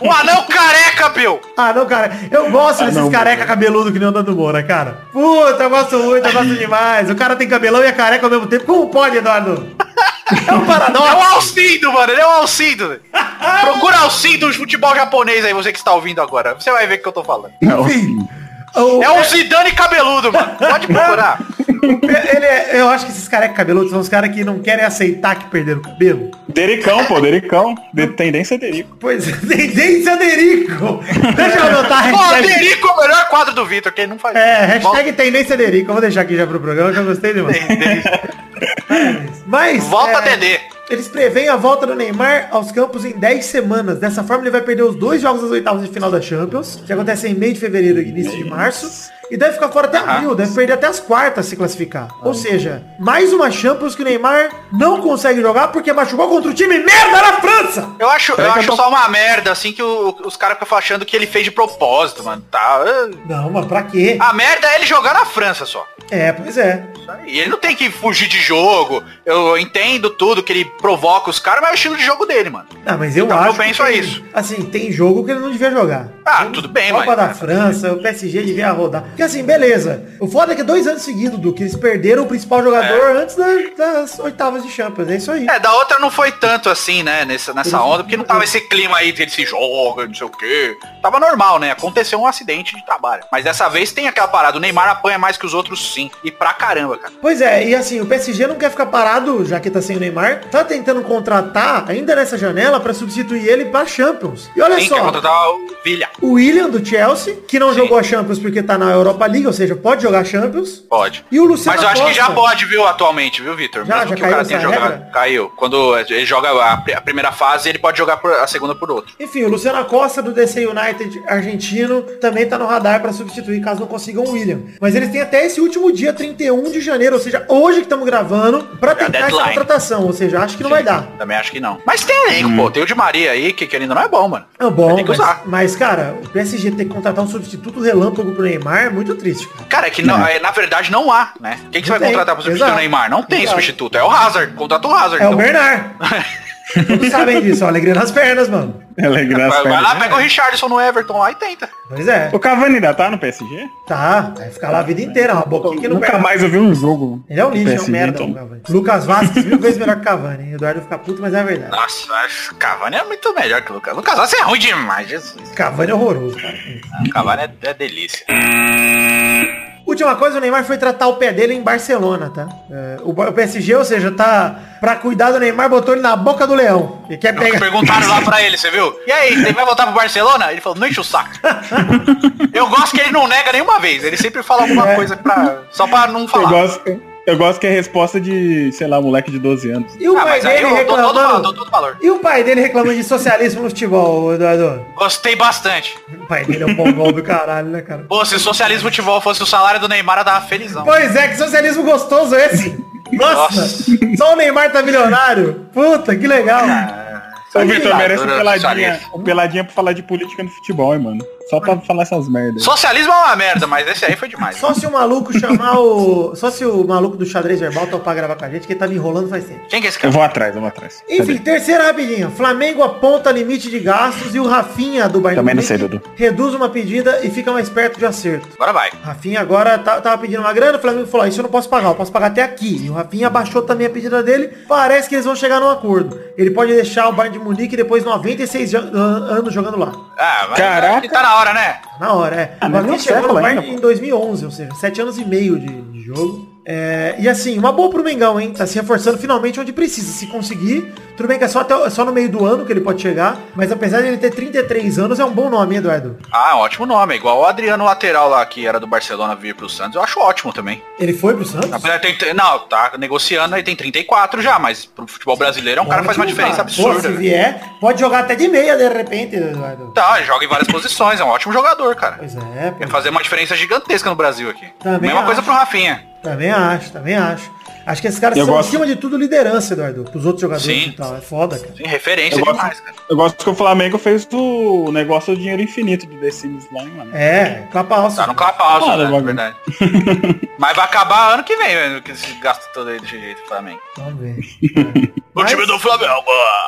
O anão careca, Bill! Ah, não, cara. Eu gosto Ah, desses não, careca cabeludo que nem o Nando Moura, cara. Puta, eu gosto muito, eu gosto demais. O cara tem cabelão e é careca ao mesmo tempo. Como pode, Eduardo? É um É o paradoxo. Alcindo, mano, ele é o Alcindo! velho. Procura Alcindo de futebol japonês aí, você que está ouvindo agora. Você vai ver o que eu tô falando. Não. O- É um Zidane cabeludo, mano. Pode procurar. Ele é- eu acho que esses carecas cabeludos são os caras que não querem aceitar que perderam o cabelo. Dericão, pô, Dericão. De tendência é Derico. Pois é, tendência Derico. Deixa eu anotar a Pô, hashtag. Derico é o melhor quadro do Vitor, quem não faz É, hashtag tendência Derico. Eu vou deixar aqui já pro programa que eu gostei demais. Mas. Volta, é, Dedê. Eles preveem a volta do Neymar aos campos em 10 semanas. Dessa forma, ele vai perder os dois jogos das oitavas de final da Champions, que acontece em meio de fevereiro e início de março. E deve ficar fora até abril, deve perder até as quartas se classificar. Ou seja, mais uma Champions que o Neymar não consegue jogar porque machucou contra o time merda na França! Eu acho, eu Peraí que acho eu tô- só uma merda, assim, que o- os caras ficam achando que ele fez de propósito, mano. Tá. Não, mas pra quê? A merda é ele jogar na França só. É, pois é. E ele não tem que fugir de jogo. Eu entendo tudo que ele provoca os caras, mas é o estilo de jogo dele, mano. Ah, mas eu Então, acho. eu penso que é tem- isso. Assim, tem jogo que ele não devia jogar. Ah, tudo bem, Copa mas- da França, o PSG devia rodar. Porque assim, beleza. O foda é que dois anos seguidos, do que eles perderam o principal jogador antes da- das oitavas de Champions. É isso aí. É, da outra não foi tanto assim, né, nessa, nessa onda, porque não tava esse clima aí de ele se joga, não sei o quê. Tava normal, né? Aconteceu um acidente de trabalho. Mas dessa vez tem aquela parada, o Neymar apanha mais que os outros sim. E pra caramba, cara. Pois é, e assim, o PSG não quer ficar parado, já que tá sem o Neymar. Tá tentando contratar, ainda nessa janela, pra substituir ele pra Champions. E olha Tem que só. contratar o Vilha. O William do Chelsea, que não Sim. jogou a Champions porque tá na Europa League, ou seja, pode jogar Champions. Pode. E o Luciano Mas eu acho que já Costa? pode, viu, atualmente, viu, Vitor? Já, Mesmo já que caiu o cara tenha essa jogado. regra? Caiu. Quando ele joga a, pri- a primeira fase, ele pode jogar por- a segunda por outro. Enfim, o Luciano Acosta do DC United argentino também tá no radar pra substituir caso não consigam o William. Mas eles têm até esse último dia 31 de janeiro, ou seja, hoje que estamos gravando, pra tentar essa É deadline. contratação, ou seja, acho que não vai dar. Também acho que não. Mas tem elenco, pô. Tem o de Maria aí, que que ainda não é bom, mano. É bom, Tem que mas, usar. mas, cara, o PSG ter que contratar um substituto relâmpago pro Neymar é muito triste. cara. Cara, é que não, é, na verdade não há, né? Quem que você Não vai tem, contratar pra substituir exato. o Neymar? Não tem Exato. substituto. É o Hazard. Contrata o Hazard. É o então. Bernard. Todos sabem disso, ó, alegria nas pernas, mano. Ela é Vai, vai lá, pega o engraçada. Richardson no Everton lá e tenta. Pois é, O Cavani ainda tá no PSG? tá, vai ficar lá a vida inteira, uma boquinha que não Nunca perde. mais eu vi um jogo. Ele é um do lixo, é um PSG, merda. então. o Cavani. Lucas Vasquez mil vezes melhor que Cavani. Eduardo fica puto, mas é a verdade. Nossa, acho que o Cavani é muito melhor que o Lucas. O Lucas Vasco é ruim demais, Jesus. Cavani é horroroso, cara. O Cavani é, é delícia. Última coisa, o Neymar foi tratar o pé dele em Barcelona, tá? É, o Ba- o PSG, ou seja, tá pra cuidar do Neymar, botou ele na boca do leão. E quer pegar... Perguntaram lá pra ele, você viu? E aí, ele vai voltar pro Barcelona? Ele falou, não enche o saco. Eu gosto que ele não nega nenhuma vez. Ele sempre fala alguma É. coisa pra, só pra não Eu falar. gosto, eu gosto que é resposta de, sei lá, moleque de 12 anos. E o Ah, pai mas aí dele eu dou todo, valor, dou reclamando... todo valor. E o pai dele reclamando de socialismo no futebol, Eduardo? Gostei bastante. O pai dele é um bom do caralho, né, cara? Pô, se o socialismo futebol fosse o salário do Neymar, eu tava felizão. Pois é, que socialismo gostoso esse. Nossa, Nossa. Ah. só o Neymar tá milionário. Puta, que legal. Ô, Vitor, merece um Adoro peladinha, socialismo. um peladinha pra falar de política no futebol, hein, mano. Só pra falar essas merdas. Socialismo é uma merda, mas esse aí foi demais. Só se o maluco chamar o... Só se o maluco do xadrez verbal topar gravar com a gente, que ele tá me enrolando faz tempo. Quem que é esse Eu cara? vou atrás, eu vou atrás. Enfim, terceira rapidinha. Flamengo aponta limite de gastos e o Rafinha do Bayern Também não Munique sei, Dudu. reduz uma pedida e fica mais perto de acerto. Agora vai. Rafinha agora tá- tava pedindo uma grana, o Flamengo falou, "Ah, isso eu não posso pagar, eu posso pagar até aqui. E o Rafinha abaixou também a pedida dele, parece que eles vão chegar num acordo. Ele pode deixar o Bayern de Munique depois de 96 jo- an- anos jogando lá. Ah, mas Caraca. acho que tá na hora, né? Na hora, é. Ah, o mas Rafinha não chegou no século Bayern ainda, em 2011, ou seja, 7 anos e meio de, de jogo. É, e assim, uma boa pro Mengão, hein? Tá se reforçando finalmente onde precisa. Se conseguir, tudo bem que é só, até, só no meio do ano que ele pode chegar. Mas apesar de ele ter 33 anos, é um bom nome, hein, Eduardo. Ah, ótimo nome. É Igual o Adriano lateral lá, que era do Barcelona, vir pro Santos. Eu acho ótimo também. Ele foi pro Santos? Apesar de ter tre- Não, tá negociando, ele tem 34 já, mas pro futebol brasileiro é um cara que faz uma Ótimo, diferença cara. Pô, absurda. se velho. vier, pode jogar até de meia de repente, Eduardo. Tá, ele joga em várias posições, é um ótimo jogador, cara. Pois é, pô. Vai fazer uma diferença gigantesca no Brasil aqui. Também Mesma coisa acho. pro Rafinha. Também acho, também acho. Acho que esses caras Eu são, gosto. acima de tudo, liderança, Eduardo. Pros outros jogadores Sim. e tal. É foda, cara. Tem referência Eu gosto- demais, cara. Eu gosto que o Flamengo fez do negócio do dinheiro infinito do The Sims lá, hein, mano. É, capa alça. Tá, não clapausa, Claro, né, na bagulho. verdade. mas vai acabar ano que vem, velho, que esse gasto todo aí desse jeito Flamengo. Vamos ver. O Mas- time do Flamengo.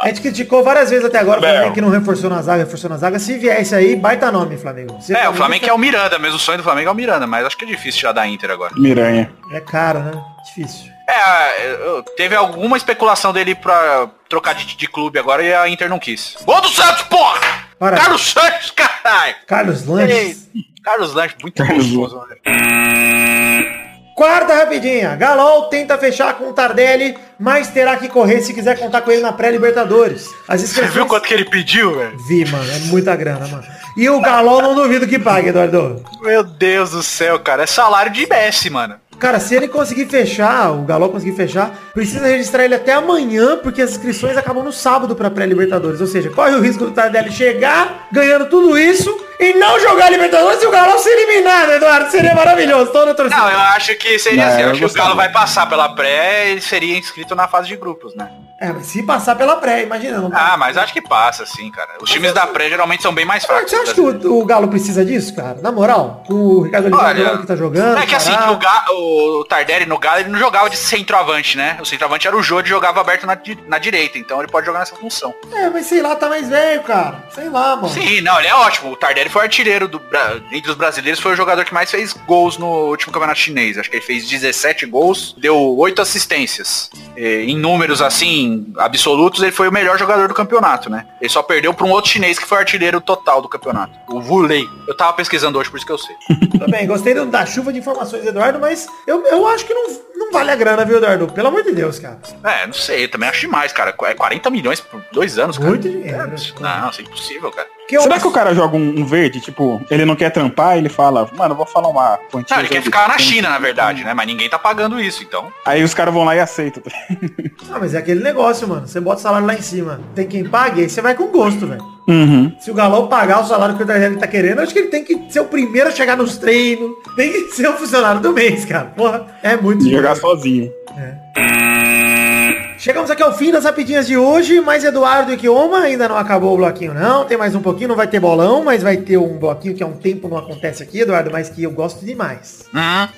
A gente criticou várias vezes até agora o Bel. Flamengo que não reforçou na zaga, reforçou na zaga. Se vier isso aí, baita nome, Flamengo. tá Se É, o Flamengo que é o Miranda, mesmo o sonho do Flamengo é o Miranda, mas acho que é difícil tirar da Inter agora. Miranha. é caro, né? Difícil. É, eu- teve alguma especulação dele pra trocar de, de clube agora e a Inter não quis. Gol do Santos, porra! Para. Carlos Santos, caralho! Carlos Lanches. Ei, Carlos Lanches, muito Carlos gostoso. né? Quarta rapidinha. Galol tenta fechar com o Tardelli, mas terá que correr se quiser contar com ele na pré-Libertadores. As Você inscrições... viu quanto que ele pediu, velho? Vi, mano. É muita grana, mano. E o Galol não duvido que pague, Eduardo. Meu Deus do céu, cara. É salário de Messi, mano. Cara, se ele conseguir fechar, o Galo conseguir fechar, precisa registrar ele até amanhã, porque as inscrições acabam no sábado pra pré-Libertadores. Ou seja, corre o risco do Tardelli chegar ganhando tudo isso e não jogar a Libertadores e o Galo se eliminar, né, Eduardo? Seria maravilhoso. Toda a torcida. Não, é- eu acho que seria Não, assim. Eu eu acho que o gostava. Galo vai passar pela pré e seria inscrito na fase de grupos, né? É, mas se passar pela pré, imagina. Não... Ah, mas acho que passa, sim, cara. Os times da pré geralmente são bem mais fracos. Você acha que o, o Galo precisa disso, cara? Na moral, com o Ricardo Oliveira Olha, que tá jogando. É que assim, Pará. o, Ga- o Tardelli no Galo, ele não jogava de centroavante, né? O centroavante era o Jô, ele jogava aberto na, di- na direita, então ele pode jogar nessa função. É, mas sei lá, tá mais velho, cara. Sei lá, mano. Sim, não, ele é ótimo. O Tardelli foi artilheiro do, Bra- entre os brasileiros, foi o jogador que mais fez gols no último campeonato chinês. Acho que ele fez 17 gols, deu 8 assistências. E, em números, assim, absolutos, ele foi o melhor jogador do campeonato, né? Ele só perdeu pra um outro chinês que foi artilheiro total do campeonato. O Vulei. Eu tava pesquisando hoje, por isso que eu sei. Tudo Tá bem, gostei do- da chuva de informações, Eduardo, mas eu, eu acho que não, não vale a grana, viu, Eduardo? Pelo amor de Deus, cara. É, não sei, também acho demais, cara. É 40 milhões por dois anos, cara. Muito dinheiro. né? É, isso- não, isso é impossível, cara. Que eu- Será que o cara joga um, um verde, tipo, ele não quer trampar, ele fala, mano, eu vou falar uma quantia. Não, ele quer de- ficar na China, na verdade, né? Mas ninguém tá pagando isso, então. Aí os caras vão lá e aceitam. Ah, mas é aquele negócio, mano. Você bota o salário lá em cima. Tem quem pague, aí você vai com gosto, velho. Uhum. Se o Galão pagar o salário que o Tardelli tá querendo, eu acho que ele tem que ser o primeiro a chegar nos treinos. Tem que ser o funcionário do mês, cara. Porra, é muito De dinheiro. jogar sozinho. É. Chegamos aqui ao fim das rapidinhas de hoje, mas Eduardo e Kioma ainda não acabou o bloquinho não, tem mais um pouquinho, não vai ter bolão, mas vai ter um bloquinho que há um tempo não acontece aqui, Eduardo, mas que eu gosto demais. Hum.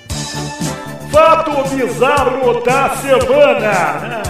Fato bizarro da semana.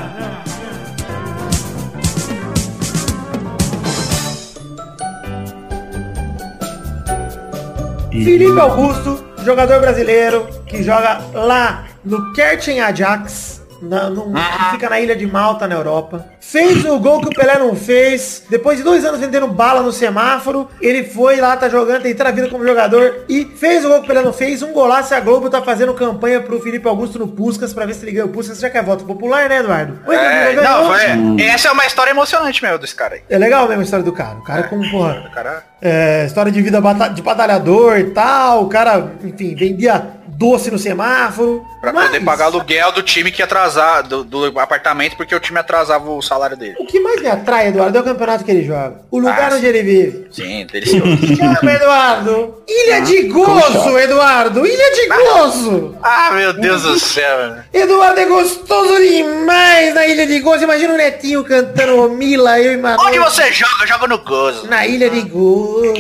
Felipe Augusto, jogador brasileiro que joga lá no Kertin Ajax, na, no- Ah. que fica na ilha de Malta, na Europa. Fez o gol que o Pelé não fez. Depois de dois anos vendendo bala no semáforo, ele foi lá, tá jogando, tem a vida como jogador e fez o gol que o Pelé não fez. Um golaço e a Globo tá fazendo campanha pro Felipe Augusto no Puscas pra ver se ele ganha o Puscas, já que é voto popular, né, Eduardo? Oi, É, Danilo, não, ganhou. foi, essa é uma história emocionante mesmo desse cara aí. É legal mesmo a história do cara. O cara com, porra, O cara é, história de vida bata- de batalhador e tal. O cara, enfim, vendia doce no semáforo. Pra Mas poder pagar aluguel do time que atrasar, do, do apartamento, porque o time atrasava o salário dele. O que mais me atrai, Eduardo, é o campeonato que ele joga. O lugar Ah, onde ele vive. Sim, delicioso. Chama, Eduardo! Ilha de Gozo, Eduardo! Ilha de Gozo! ah, meu Deus do céu. Eduardo é gostoso demais na Ilha de Gozo. Imagina o Netinho cantando Mila, eu e Manu. Onde você joga? Joga no gozo. Na Ilha de Gozo.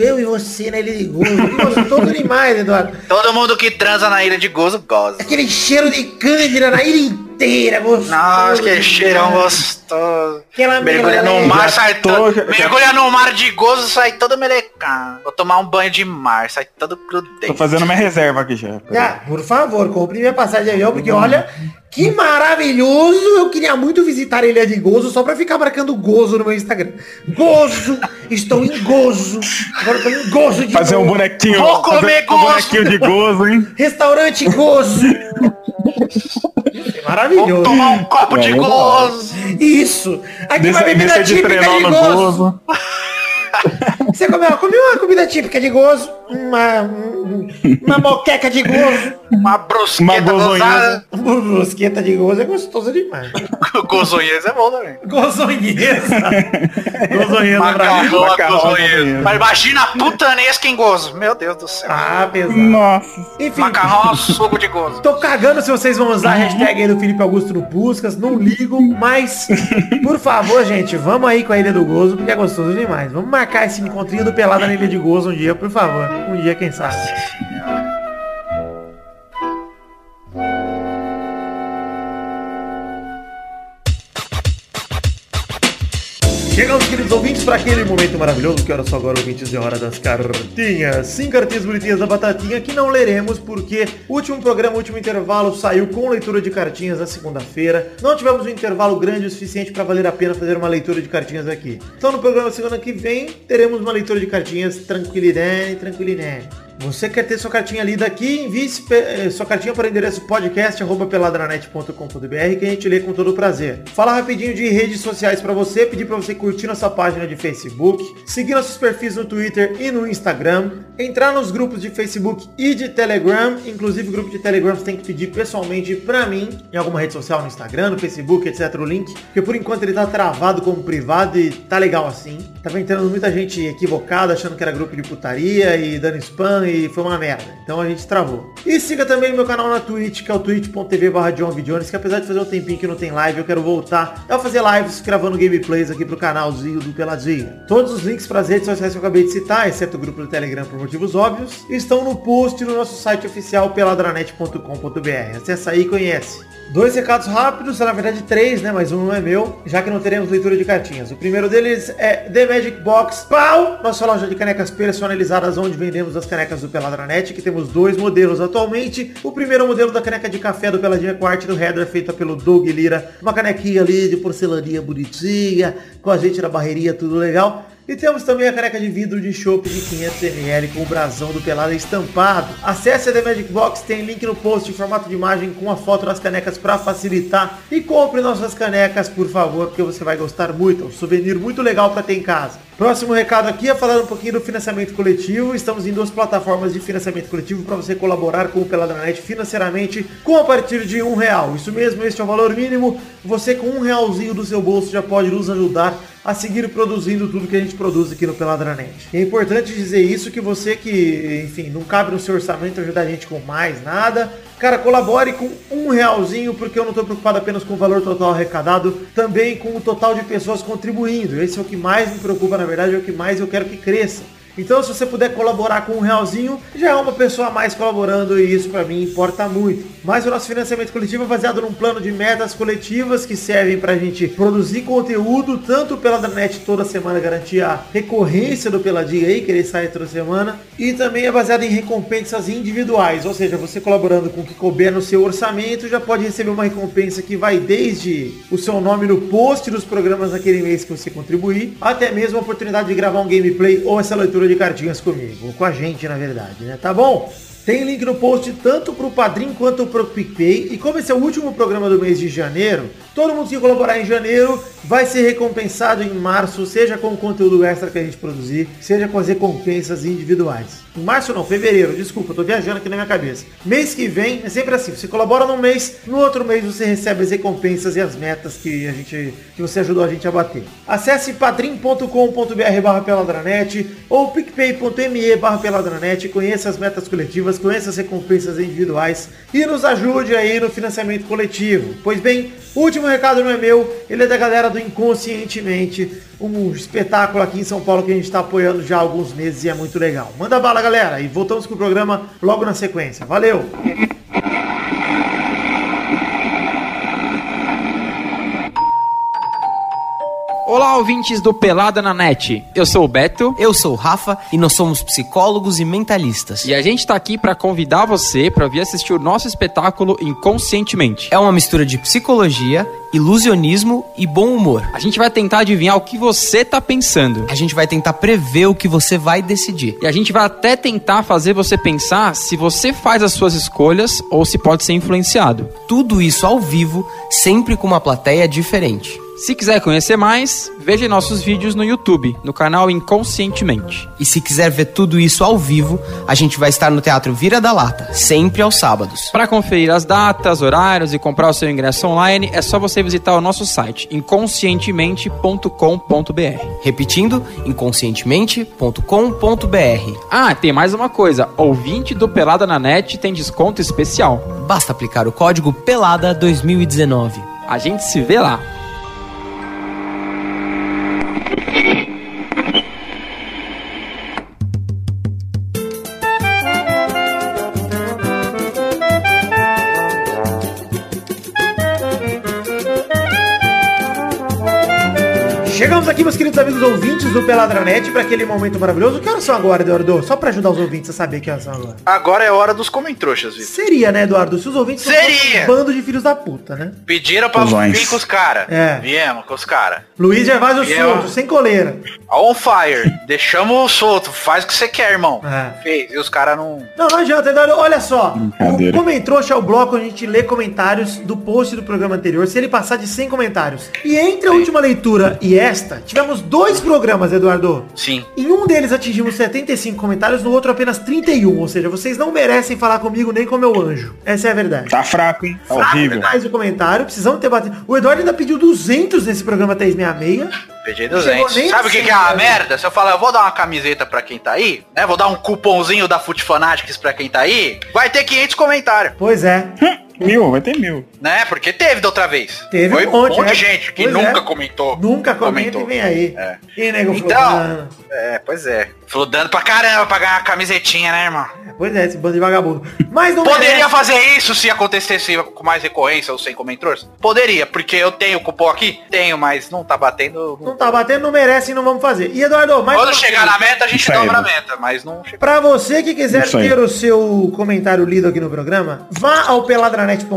Eu e você na Ilha de Gozo. Que Gostoso demais, Eduardo. Todo mundo que transa na ilha de gozo, goza. Aquele cheiro de cândida na ilha inteira, gostoso. Nossa, que é demais. cheirão gostoso. Aquela Mergulha no melancia. mar, sai tô- todo. já- Mergulha no mar de gozo, sai todo melecão. Vou tomar um banho de mar, sai todo Tô crudente. fazendo minha reserva aqui já. Ah, por favor, compre minha passagem de avião, porque olha, que maravilhoso! Eu queria muito visitar a Ilha de Gozo só pra ficar marcando gozo no meu Instagram. Gozo! Estou em gozo! Agora eu tô em gozo de Fazer um novo. bonequinho. Vou comer fazer um gozo. bonequinho de gozo, hein? Restaurante gozo! Vamos Maravilhoso. tomar um copo de É, eu gozo. Isso. Aqui vai Descer bebida descer de típica de trenó no gozo. gozo. Você comeu, comeu uma comida típica de gozo, uma, uma moqueca de gozo. Uma brusqueta Uma gozonhesa. gozada. Uma brusqueta de gozo é gostoso demais. Gozonhesa é bom também. Gozonhesa. Gozonhesa pra mim. Macarrão, a macarrão né? gozonhesa. gozonhesa. Mas imagina a putanesca em gozo. Meu Deus do céu. Ah, pesado. Nossa. Enfim. Macarrão ao suco de gozo. Tô cagando se vocês vão usar a hashtag aí do Felipe Augusto no Puscas, não ligo, mas por favor, gente, vamos aí com a Ilha do Gozo, porque é gostoso demais. Vamos marcar esse encontrinho do Pelada na Ilha de Gozo um dia, por favor. Um dia, quem sabe. Chegamos, queridos ouvintes, para aquele momento maravilhoso que era só agora, ouvintes, é hora das cartinhas. Cinco cartinhas bonitinhas da Batatinha que não leremos porque o último programa, o último intervalo saiu com leitura de cartinhas na segunda-feira. Não tivemos um intervalo grande o suficiente para valer a pena fazer uma leitura de cartinhas aqui. Então no programa segunda que vem teremos uma leitura de cartinhas tranquilidade, tranquilidade. Você quer ter sua cartinha lida aqui, envie esse pe- eh, sua cartinha para o endereço podcast.peladranet.com.br que a gente lê com todo prazer. Falar rapidinho de redes sociais para você, pedir para você curtir nossa página de Facebook, seguir nossos perfis no Twitter e no Instagram, entrar nos grupos de Facebook e de Telegram, inclusive o grupo de Telegram você tem que pedir pessoalmente para mim, em alguma rede social, no Instagram, no Facebook, etc, o link, porque por enquanto ele tá travado como privado e tá legal assim. Tava entrando muita gente equivocada, achando que era grupo de putaria e dando spam e foi uma merda. Então a gente travou. E siga também meu canal na Twitch, que é o twitch.tv barra John V. Jones, que apesar de fazer um tempinho que não tem live, eu quero voltar a fazer lives gravando gameplays aqui pro canalzinho do Peladinha. Todos os links pras redes sociais que eu acabei de citar, exceto o grupo do Telegram por motivos óbvios, estão no post no nosso site oficial peladranet.com.br. Acessa aí e conhece. Dois recados rápidos, na verdade três, né? Mas um não é meu, já que não teremos leitura de cartinhas. O primeiro deles é The Magic Box Pau, nossa loja de canecas personalizadas onde vendemos as canecas do Peladranet, que temos dois modelos atualmente. O primeiro é o modelo da caneca de café do Peladinha com a arte do header feita pelo Doug Lira. Uma canequinha ali de porcelaria bonitinha, com a gente na barreirinha, tudo legal. E temos também a caneca de vidro de chopp de 500ml com o brasão do Pelada estampado. Acesse a The Magic Box, tem link no post em formato de imagem com a foto das canecas para facilitar. E compre nossas canecas, por favor, porque você vai gostar muito. É um souvenir muito legal para ter em casa. Próximo recado aqui é falar um pouquinho do financiamento coletivo. Estamos em duas plataformas de financiamento coletivo para você colaborar com o Pelada na Net financeiramente com a partir de um real. Isso mesmo, este é o valor mínimo. Você com um realzinho do seu bolso já pode nos ajudar a seguir produzindo tudo que a gente produz aqui no Peladranet. E é importante dizer isso que você que, enfim, não cabe no seu orçamento ajudar a gente com mais nada. Cara, colabore com um realzinho, porque eu não estou preocupado apenas com o valor total arrecadado, também com o total de pessoas contribuindo. Esse é o que mais me preocupa, na verdade, é o que mais eu quero que cresça. Então, se você puder colaborar com um realzinho, já é uma pessoa a mais colaborando e isso pra mim importa muito. Mas o nosso financiamento coletivo é baseado num plano de metas coletivas que servem pra gente produzir conteúdo, tanto pela net toda semana garantir a recorrência do Peladinha aí, que ele sai toda semana, e também é baseado em recompensas individuais, ou seja, você colaborando com o que couber no seu orçamento, já pode receber uma recompensa que vai desde o seu nome no post dos programas naquele mês que você contribuir, até mesmo a oportunidade de gravar um gameplay ou essa leitura de cartinhas comigo, ou com a gente na verdade, né? Tá bom? Tem link no post tanto pro Padrim quanto pro PicPay. E como esse é o último programa do mês de janeiro, todo mundo que colaborar em janeiro vai ser recompensado em março, seja com o conteúdo extra que a gente produzir, seja com as recompensas individuais. Em março não, fevereiro, desculpa, eu tô viajando aqui na minha cabeça. Mês que vem é sempre assim, você colabora num mês, no outro mês você recebe as recompensas e as metas que a gente que você ajudou a gente a bater. Acesse padrim.com.br barra peladranet ou picpay.me barra peladranet, conheça as metas coletivas, conheça as recompensas individuais e nos ajude aí no financiamento coletivo. Pois bem, o último recado não é meu, ele é da galera do Inconscientemente, um espetáculo aqui em São Paulo que a gente está apoiando já há alguns meses e é muito legal. Manda bala, galera, e voltamos com o programa logo na sequência. Valeu! Olá, ouvintes do Pelada na Net. Eu sou o Beto Eu sou o Rafa e nós somos psicólogos e mentalistas. e a gente tá aqui pra convidar você pra vir assistir o nosso espetáculo Inconscientemente. É uma mistura de psicologia, ilusionismo e bom humor. A gente vai tentar adivinhar o que você tá pensando. A gente vai tentar prever o que você vai decidir. E a gente vai até tentar fazer você pensar se você faz as suas escolhas ou se pode ser influenciado. Tudo isso ao vivo, sempre com uma plateia diferente. Se quiser conhecer mais, veja nossos vídeos no YouTube, no canal Inconscientemente. E se quiser ver tudo isso ao vivo, a gente vai estar no Teatro Vira da Lata, sempre aos sábados. Para conferir as datas, horários e comprar o seu ingresso online, é só você visitar o nosso site inconscientemente.com.br. Repetindo, inconscientemente.com.br. Ah, tem mais uma coisa: ouvinte do Pelada na Net tem desconto especial. Basta aplicar o código PELADA2019. A gente se vê lá. Chegamos aqui, meus queridos amigos ouvintes do Peladranet, para aquele momento maravilhoso. Que horas são agora, Eduardo? Só para ajudar os ouvintes a saber que horas são agora. Agora é hora dos comentroxas, Vitor. Seria, né, Eduardo? Se os ouvintes não Seria! fossem um bando de filhos da puta, né? Pediram pra Cuzões. vir com os caras. É. Viemos com os caras. Luiz Gervásio E Souto, eu? sem coleira. On fire. Deixamos solto. Faz o que você quer, irmão. É. Fez. E os caras não. Não, não adianta, Eduardo. Olha só. O Brincadeira. Comentrouxa é o bloco onde a gente lê comentários do post do programa anterior, se ele passar de 100 comentários. E entre a última leitura e esta, tivemos dois programas, Eduardo. Sim. Em um deles atingimos 75 comentários, no outro apenas 31. Ou seja, vocês não merecem falar comigo nem com meu anjo. Essa é a verdade. Tá fraco, hein? Tá horrível. Mais o comentário, precisamos ter batido. O Eduardo ainda pediu 200 nesse programa 366. Pedi Chegou nem 200. Sabe o que, assim, que é uma cara. merda? Se eu falar, eu vou dar uma camiseta pra quem tá aí, né? Vou dar um cupomzinho da Fute Fanatics pra quem tá aí. Vai ter 500 comentários, Pois é. Mil, vai ter mil. né? Porque teve da outra vez. Teve Foi um monte, né? de gente que Pois nunca é. comentou. Nunca comenta e vem aí. É. E nego Então- fulano. É, pois é. Fludando pra caramba pra ganhar a camisetinha, né, irmão? Pois é, esse bando de vagabundo. Mas não Poderia merece. fazer isso se acontecesse com mais recorrência ou sem comentores? Poderia, porque eu tenho o cupom aqui? Tenho, mas não tá batendo. Não tá batendo, não merece e não vamos fazer. E Eduardo, mais Quando uma chegar vez, na meta, a gente Isso aí, dobra a Edu. meta, mas não chegou. Pra você que quiser Isso aí. ter o seu comentário lido aqui no programa, vá ao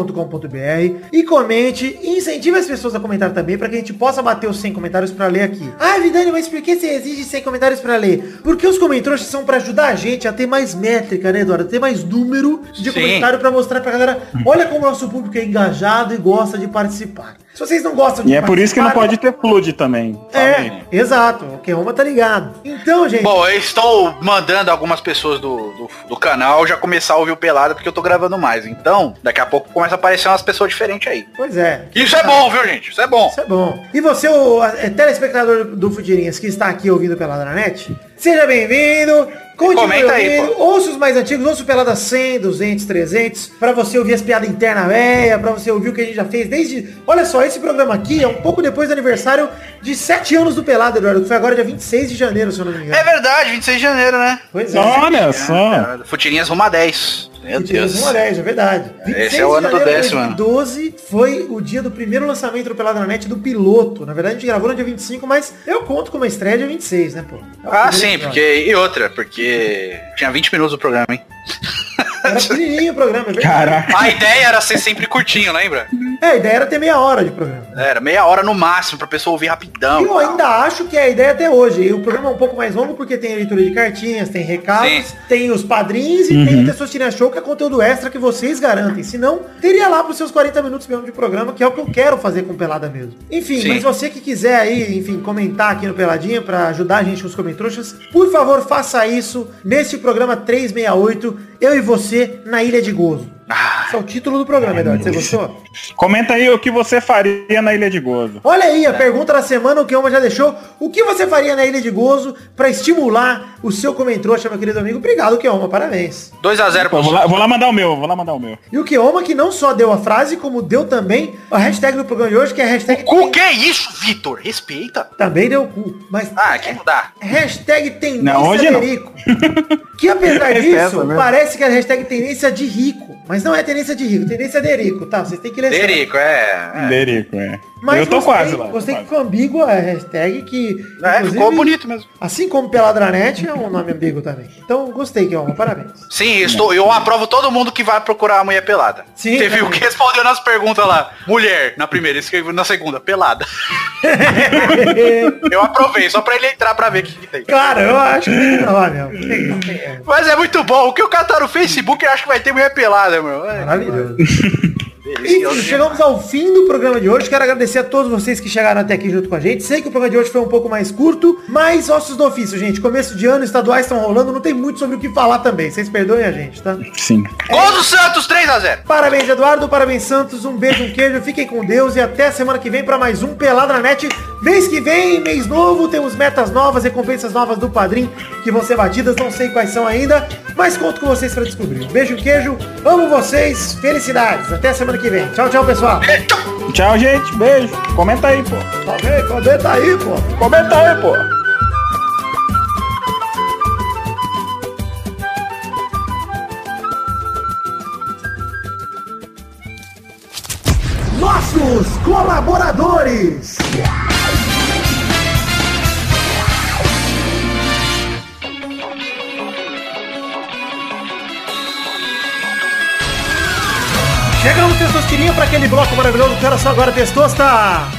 peladranet.com.br e comente e incentive as pessoas a comentar também para que a gente possa bater os 100 comentários pra ler aqui. Ah, Vidani, mas por que você exige 100 comentários pra ler? Porque os comentários são pra ajudar a gente a ter mais métrica, né, Eduardo? Ter mais número de Sim. comentário pra mostrar pra galera, olha como o nosso público é engajado e gosta de participar. Se vocês não gostam de E é por isso que não né? participar, pode ter flood também. É, exato. O Keoma tá ligado. Então, gente, Bom, eu estou mandando algumas pessoas do, do, do canal já começar a ouvir o Pelada, porque eu tô gravando mais. Então, daqui a pouco começa a aparecer umas pessoas diferentes aí. pois é. Isso é bom, viu, gente? Isso é bom. Isso é bom. E você, o a- é, telespectador do Fudirinhas, que está aqui ouvindo o Pelada na Net, seja bem-vindo. Continue Comenta aí, ouvindo, ouça os mais antigos, ouça o Pelada 100, 200, 300, pra você ouvir as piadas interna véia, pra você ouvir o que a gente já fez desde... Olha só, esse programa aqui é um pouco depois do aniversário de 7 anos do Pelada, Eduardo, que foi agora dia 26 de janeiro, se eu não me engano. É verdade, 26 de janeiro, né? Pois é. Olha só. É, Futirinhas rumo a 10. Meu E tivemos Deus. um Orelha, é verdade. Esse é o ano do décimo, de 2012 foi o dia do primeiro lançamento do Pelada na Net do piloto. Na verdade, a gente gravou no dia 25, mas eu conto com uma estreia dia 26, né, pô? É o Ah, primeiro sim, episódio. porque. E outra, porque tinha 20 minutos do programa, hein? Era pequenininho o programa, é verdade. Caraca. A ideia era ser sempre curtinho, lembra? É, a ideia era ter meia hora de programa. Era meia hora no máximo pra pessoa ouvir rapidão. E eu ainda acho que é a ideia até hoje. E o programa é um pouco mais longo porque tem leitura de cartinhas, tem recados, Sim. tem os padrinhos e tem o Pessoas Tirem a Show, que é conteúdo extra que vocês garantem. Se não, teria lá pros seus 40 minutos mesmo de programa, que é o que eu quero fazer com o Pelada mesmo. Enfim, Sim. mas você que quiser aí, enfim, comentar aqui no Peladinha pra ajudar a gente com os comentroxas, por favor, faça isso neste programa 368, Eu e Você na Ilha de Gozo. Ah, Esse é o título do programa, Eduardo. Você gostou? Comenta aí o que você faria na Ilha de Gozo. Olha aí a É. pergunta da semana, o que uma já deixou. O que você faria na Ilha de Gozo pra estimular o seu comentrouxa, meu querido amigo? Obrigado, Kioma, parabéns. 2x0 Pô, pro vou, lá, vou lá mandar o meu, vou lá mandar o meu. E o Kioma que não só deu a frase, como deu também a hashtag do programa de hoje, que é a hashtag... cu. Que é isso, Vitor? Respeita. Também deu cu, mas... é Ah, que não dá. Hashtag tendência Não, hoje não. de rico. Que apesar É disso, essa mesmo. parece que é a hashtag tendência de rico. Mas não é tendência tendência de rico, tendência de Erico, tá? Vocês têm que ler certo. Derico, é. é. Derico, é. Mas eu tô gostei, quase lá. Gostei quase. que ficou ambígua a hashtag que. É, ficou inclusive, bonito mesmo. Assim como Peladranet é um nome ambíguo também. Então gostei, Kelma. Parabéns. Sim, estou, eu aprovo todo mundo que vai procurar a mulher pelada. Sim, Você viu também. que respondeu nas perguntas lá. Mulher, na primeira, escreveu na segunda, pelada. eu aprovei, só pra ele entrar pra ver o que, que tem. Claro, eu acho que tem que não, meu. Tem, tem, é. Mas é muito bom. O que o cara tá no Facebook, ele acha que vai ter mulher pelada, meu. É, Maravilhoso. delicioso Enfim, chegamos ao fim do programa de hoje. Quero agradecer a todos vocês que chegaram até aqui junto com a gente. Sei que o programa de hoje foi um pouco mais curto, mas ossos do ofício, gente. Começo de ano, estaduais estão rolando, não tem muito sobre o que falar também. Vocês perdoem a gente, tá? Sim. demais. Gol do Santos, 3x0. Parabéns, Eduardo. Parabéns, Santos. Um beijo, um queijo. Fiquem com Deus e até semana que vem para mais um Pelada na Net. Mês que vem, mês novo, temos metas novas, recompensas novas do Padrim que vão ser batidas. Não sei quais são ainda, mas conto com vocês para descobrir. Um beijo, um queijo. Amo vocês. Felicidades. Até semana que vem. Tchau, tchau, pessoal. Tchau, gente. Beijo. Comenta aí, pô. Ok, comenta Tá aí, pô. Comenta aí, pô. Nossos colaboradores. Chegamos, Testosterinha, para aquele bloco maravilhoso que era só agora, Testosta!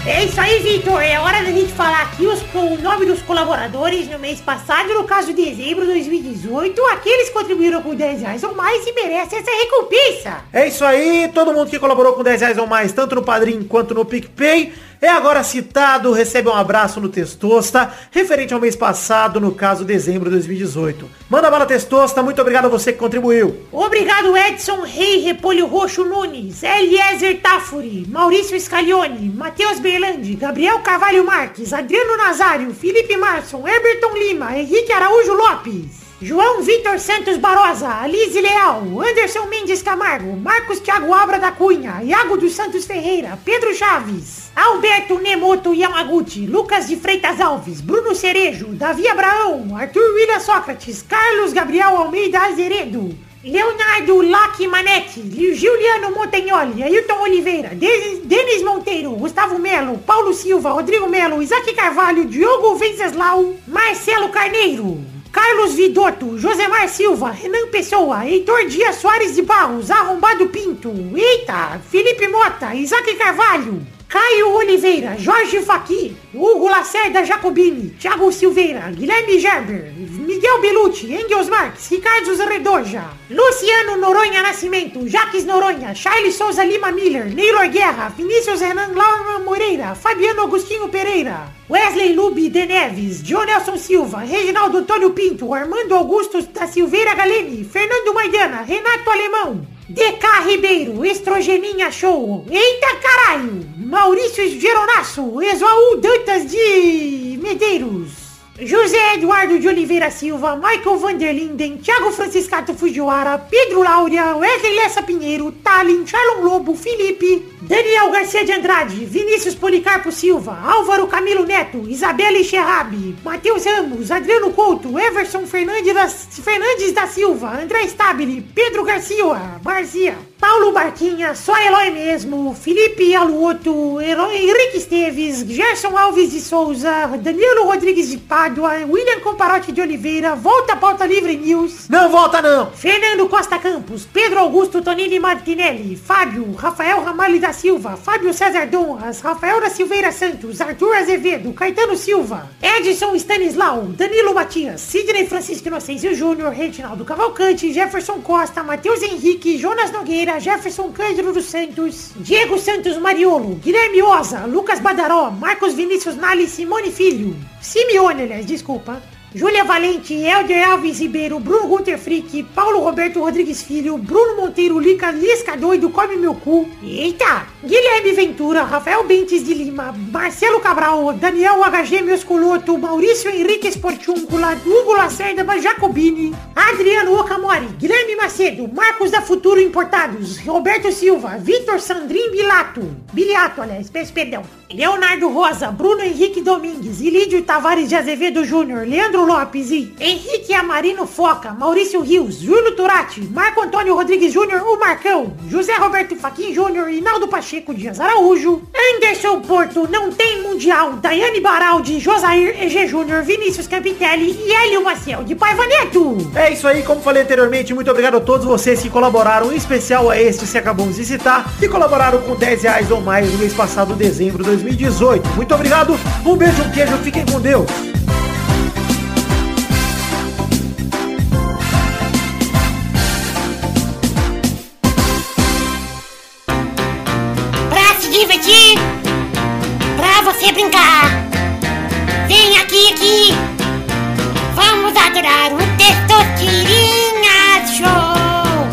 É isso aí, Vitor. É hora da gente falar aqui os, o nome dos colaboradores no mês passado, no caso de dezembro de 2018. Aqueles que contribuíram com 10 reais ou mais e merecem essa recompensa. É isso aí, todo mundo que colaborou com 10 reais ou mais, tanto no Padrim quanto no PicPay, é agora citado, recebe um abraço no Testosta, referente ao mês passado, no caso, dezembro de 2018. Manda bala, Testosta, muito obrigado a você que contribuiu. Obrigado, Edson Rei Repolho Roxo Nunes, Eliezer Tafuri, Maurício Scaglione, Matheus Berlandi, Gabriel Carvalho Marques, Adriano Nazário, Felipe Marson, Everton Lima, Henrique Araújo Lopes. João Vitor Santos Barosa, Alice Leal, Anderson Mendes Camargo, Marcos Thiago Abra da Cunha, Iago dos Santos Ferreira, Pedro Chaves, Alberto Nemoto Yamaguchi, Lucas de Freitas Alves, Bruno Cerejo, Davi Abraão, Arthur William Sócrates, Carlos Gabriel Almeida Azeredo, Leonardo Lacchi Manetti, Giuliano Montagnoli, Ailton Oliveira, De- Denis Monteiro, Gustavo Melo, Paulo Silva, Rodrigo Melo, Isaac Carvalho, Diogo Venceslau, Marcelo Carneiro, Carlos Vidotto, Josemar Silva, Renan Pessoa, Heitor Dias Soares de Barros, Arrombado Pinto, Eita, Felipe Mota, Isaac Carvalho, Caio Oliveira, Jorge Faqui, Hugo Lacerda Jacobini, Thiago Silveira, Guilherme Gerber, Miguel Belucci, Engels Marques, Ricardo Redoja, Luciano Noronha Nascimento, Jaques Noronha, Charles Souza Lima Miller, Neylor Guerra, Vinícius Renan Laura Moreira, Fabiano Agostinho Pereira, Wesley Lube de Neves, John Nelson Silva, Reginaldo Antônio Pinto, Armando Augusto da Silveira Galeni, Fernando Maidana, Renato Alemão, DK Ribeiro, Estrogeninha Show, Eita Caralho, Maurício Geronasso, Exoaú Dantas de Medeiros, José Eduardo de Oliveira Silva, Michael Vanderlinden, Thiago Franciscato Fujiwara, Pedro Laura, Wesley Lessa Pinheiro, Talin, Charlon Lobo, Felipe, Daniel Garcia de Andrade, Vinícius Policarpo Silva, Álvaro Camilo Neto, Isabela Xerrabi, Matheus Ramos, Adriano Couto, Everson Fernandes da, Fernandes da Silva, André Stabile, Pedro Garcia, Marzia, Paulo Barquinha, só Eloy mesmo, Felipe Aluoto, Herói- Henrique Esteves, Gerson Alves de Souza, Danilo Rodrigues de Pádua, William Comparote de Oliveira, Volta à Pauta Livre News, Não volta não! Fernando Costa Campos, Pedro Augusto Tonini Martinelli, Fábio, Rafael Ramalho da Silva, Fábio César Donras, Rafael da Silveira Santos, Arthur Azevedo, Caetano Silva, Edson Stanislau, Danilo Matias, Sidney Francisco Inocêncio Júnior, Reginaldo Cavalcante, Jefferson Costa, Matheus Henrique, Jonas Nogueira, Jefferson Cândido dos Santos, Diego Santos Mariolo, Guilherme Oza, Lucas Badaró, Marcos Vinícius Nali, Simone Filho, Simeone, aliás, desculpa, Júlia Valente, Helder Alves Ribeiro, Bruno Gunter Frick, Paulo Roberto Rodrigues Filho, Bruno Monteiro Lica, Lisca Doido, Come Meu Cu, eita! Guilherme Ventura, Rafael Bentes de Lima, Marcelo Cabral, Daniel HG Meus Coloto, Maurício Henrique Esportiúncula, Hugo Lacerda Jacobini, Adriano Okamori, Guilherme Macedo, Marcos da Futuro Importados, Roberto Silva, Vitor Sandrin Bilato, Biliato, aliás, peço perdão, Leonardo Rosa, Bruno Henrique Domingues, Ilídio Tavares de Azevedo Júnior, Leandro Lopes e Henrique Amarino Foca, Maurício Rios, Júlio Turati, Marco Antônio Rodrigues Júnior, o Marcão, José Roberto Faquin Júnior, Hinaldo Pacheco Dias Araújo, Anderson Porto, não tem mundial, Daiane Baraldi, Josair EG Júnior, Vinícius Campitelli e Hélio Maciel de Paiva Neto. É isso aí, como falei anteriormente, muito obrigado a todos vocês que colaboraram, em especial a este que acabamos de citar, que colaboraram com 10 reais ou mais no mês passado, dezembro de 2018. Muito obrigado, um beijo, um queijo, fiquem com Deus. Pra se divertir, pra você brincar. Vem aqui, aqui. Vamos adorar o Testosterinha Show.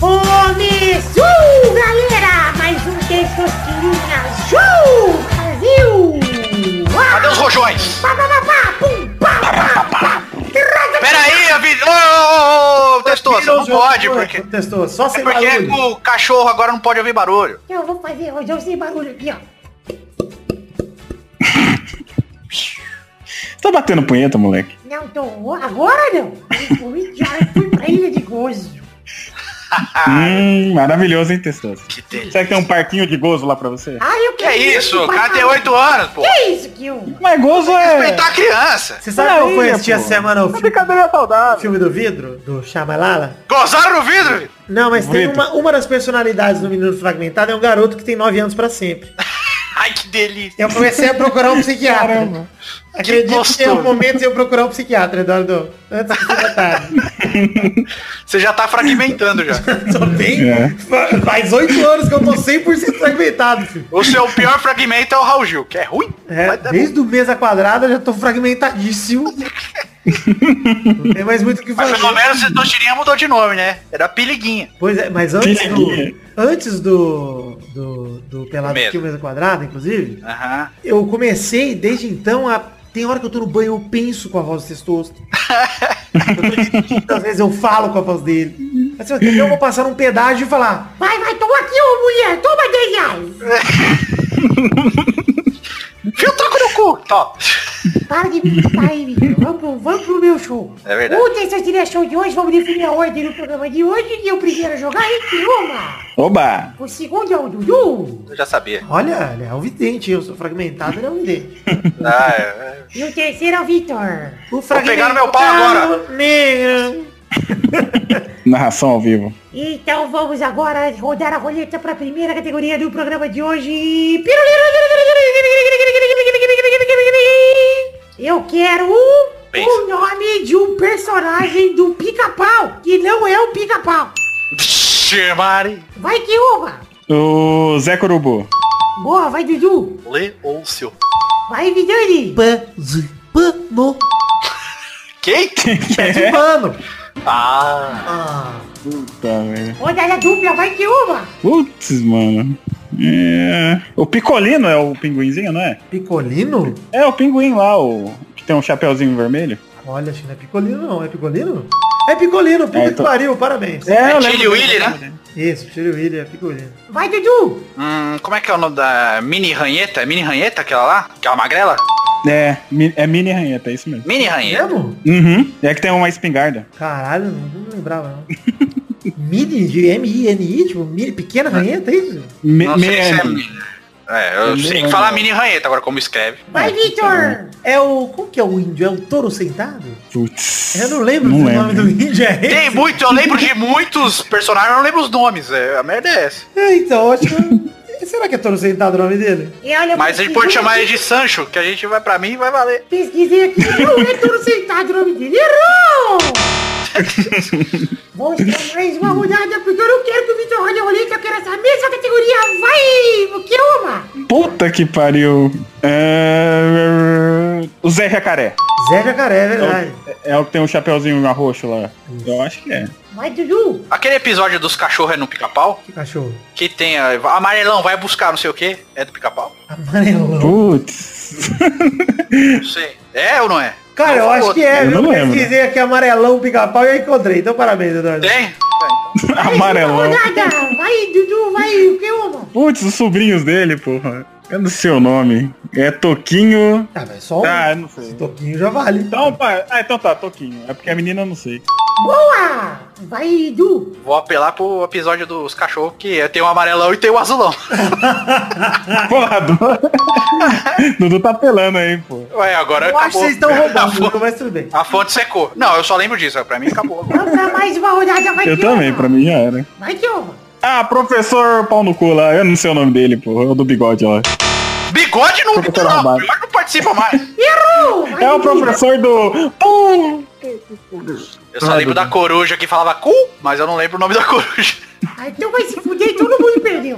Começou, Uh, galera! Mais um Testosterinha Show Brasil! Cadê os rojões? Pá, pá, pá, pá, pum, pá, pá, pá. Pera aí, a vida. Ô, ô, ô, Testoso, não Testoso, pode, Testoso, porque. Testoso, só É sem porque barulho. o cachorro agora não pode ouvir barulho. Eu vou fazer hoje esse barulho aqui, ó. Tá batendo punheta, moleque. Não tô. Agora não. Eu fui, já fui pra ilha de gozo. Hum, maravilhoso, hein, Testoso? Que delícia. Será que tem um parquinho de gozo lá pra você? Ah, eu Que é quero isso? O pra cara tem caralho. oito anos, pô. Que isso, Kio? Mas gozo é... Respeitar a criança. Você sabe qual foi Olha aí, assistir a pô. semana o filme, Brincadeira o saudável. filme do vidro, do Chamalala? Gozaram no vidro, filho. Não, mas tem Vidro. uma, uma das personalidades do Menino Fragmentado é um garoto que tem 9 anos pra sempre. Ai, que delícia. Eu comecei a procurar um psiquiatra. Acredito que tem gostoso. um momento de eu procurar um psiquiatra, Eduardo. Antes de ser tarde. Você já tá fragmentando já. Só tem... É. fa- Faz 8 anos que eu tô 100% fragmentado, filho. O seu pior fragmento é o Raul Gil, que é ruim. É, mas tá bom. desde o mesa quadrada eu já tô fragmentadíssimo. Não tem mais muito o que Mas fazer. pelo menos o Tostirinha mudou de nome, né? Era Piliguinha. Pois é, mas antes do. Pilinguinha. Antes do. Do, do Pelado Medo. aqui, o mesa quadrada, inclusive, Aham. eu comecei desde então a. Tem hora que eu tô no banho, eu penso com a voz do testoso. Às vezes eu falo com a voz dele. Mas assim, eu vou passar um pedágio e falar. Vai, vai, toma aqui, ô mulher. Toma 10 reais. Viu o troco no cu? Top. Para de me imitar aí, Vitor. Vamos, pro- vamos pro meu show. É verdade. O Testosterinha Show de hoje, vamos definir a ordem do programa de hoje. E o primeiro a jogar é Kioma. Oba! O segundo é o Dudu. Eu já sabia. Olha, ele é um vidente, eu sou fragmentado, ele é um vidente. Ah, é. E o terceiro é o Vitor. O pegar no meu pau agora. Negro. Narração ao vivo. Então vamos agora rodar a roleta para a primeira categoria do programa de hoje. Eu quero Pensa. o nome de um personagem do pica-pau, que não é o pica-pau. Vixe, Mari. Vai que uma. O Zé Corubu. Boa, vai Dudu. Leôncio. Vai Vidani. Pé de pano. Quem? Pé É? de pano. Ah. Puta, velho. Rodada é dupla, vai que uma. Putz, mano. É... O Picolino é o pinguinzinho, não é? Picolino? É o pinguim lá, o... que tem um chapéuzinho vermelho. Olha, acho que não é picolino não, é picolino? É picolino, puta É, que então- pariu, parabéns. É, eu Chile lembro Willy, dele. né? Isso, tira o William, é picolino. Vai Dudu. Hum, como é que é o nome da mini ranheta? É mini ranheta aquela lá? Aquela magrela? É, mi- é mini ranheta, é isso mesmo. Mini ranheta. Mesmo? Uhum. É que tem uma espingarda. Caralho, não, não lembrava não. Mini, de M-I-N-I, tipo, mini, pequena ranheta, é isso? Mi- Não sei se é mi- mini. É, eu Mini sei que ranheta. falar mini ranheta agora como escreve. Vai Vitor. É o... Como que é o índio? É o touro sentado? Putz. Eu não lembro Não se o lembro. nome do índio é esse. Tem muito, eu lembro de muitos personagens, eu não lembro os nomes. É, a merda é essa. É, então, acho que... Será que é touro sentado o nome dele? E olha, Mas a gente pode chamar ele de Sancho, que a gente vai pra mim e vai valer. Pesquisei aqui, não é tudo sentado o nome dele. Errou! Vamos ter mais uma rodada, porque eu não quero que o Vitor rode a roleta, eu quero essa mesma categoria. Vai, que uma! Puta que pariu. É... O Zé Jacaré. Zé Jacaré, é É o- verdade. É o que tem um chapéuzinho roxo lá. Eu acho que é. Vai, Dudu! Aquele episódio dos cachorros é no pica-pau, Que cachorro. que tem a, amarelão, vai buscar não sei o que, é do pica-pau? Amarelão. Putz. Não sei. É ou não é? Cara, eu acho que é, Eu viu? não lembro. Pesquisei aqui amarelão, pica-pau e aí encontrei. Então parabéns, Eduardo. Tem? É, então, Amarelão. Rodada! Vai, um, Dudu, vai, o que uma? Putz, os sobrinhos dele, porra. Eu não sei o nome. É Toquinho. Ah, mas só um Ah, eu não sei. toquinho já vale. Então, pá. Ah, então tá, Toquinho. É porque a menina eu não sei. Boa! Vai, Du! Vou apelar pro episódio dos cachorros, que é- tem o amarelão e tem o azulão. Porra, Dudu. Dudu tá apelando aí, pô. Ué, agora Eu acho que acabou. vocês estão A roubando, Dudu, fonte, mas tudo bem. a fonte secou. Não, eu só lembro disso. Pra mim acabou. Vamos pra mais uma rodada, vai, Eu Kioma. também, pra mim já era. Vai, Kioma! Ah, professor pau no cu lá. Eu não sei o nome dele, pô. É o do bigode lá. Bigode não, Professor não, Romário. bigode não participa mais. Errou! Vai, É o Dudu. professor do... Pum! Eu Ah, só lembro da coruja que falava cu, mas eu não lembro o nome da coruja. Ah, Então vai se fuder, todo mundo perdeu.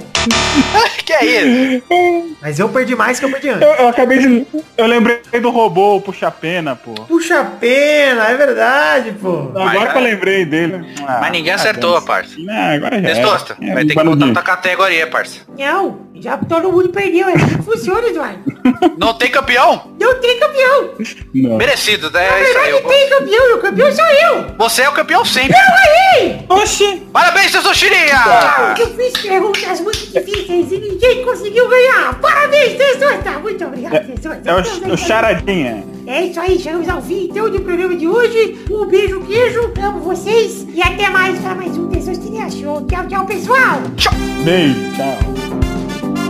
que é isso? Mas eu perdi mais que eu perdi antes. Eu, eu acabei de... Eu lembrei do robô, o puxa-pena, pô. Puxa pena, é verdade, pô. Agora Mas- que eu lembrei dele. Ah, Mas ninguém acertou, parça. Ah, agora já era. Testosta, É, vai ter que barulhinho. botar na categoria, parça. Não, já todo mundo perdeu, é assim que funciona, Eduardo. Não tem campeão? Não tem campeão! Não. Merecido, né? Na É isso aí. verdade eu- tem campeão, e o campeão sou eu! Você é o campeão sempre. Aí! Parabéns, seu Ah, Sushirinha! eu fiz perguntas muito difíceis e ninguém conseguiu ganhar! Parabéns, Testosta! Muito obrigado, Testosta! É o, o charadinha. É isso aí, chegamos ao fim então do programa de hoje. Um beijo, queijo, amo vocês e até mais para mais um Testosta Show. Tchau, tchau, pessoal! Beijo, tchau.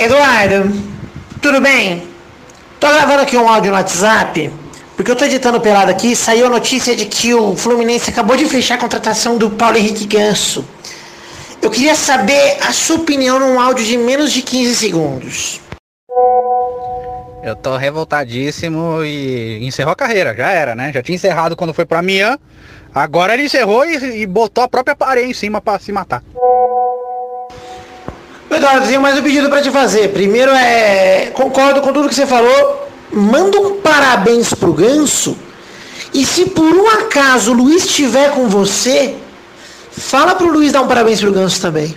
Eduardo, tudo bem? Tô gravando aqui um áudio no WhatsApp, porque eu tô editando pelado aqui e saiu a notícia de que o Fluminense acabou de fechar a contratação do Paulo Henrique Ganso. Eu queria saber a sua opinião num áudio de menos de 15 segundos. Eu tô revoltadíssimo e encerrou a carreira, já era, né? Já tinha encerrado quando foi pra Mian. Agora ele encerrou e, botou a própria parede em cima pra se matar. Eduardo, tenho mais um pedido pra te fazer. Primeiro é. Concordo com tudo que você falou. Manda um parabéns pro Ganso. E se por um acaso o Luiz estiver com você, fala pro Luiz dar um parabéns pro Ganso também.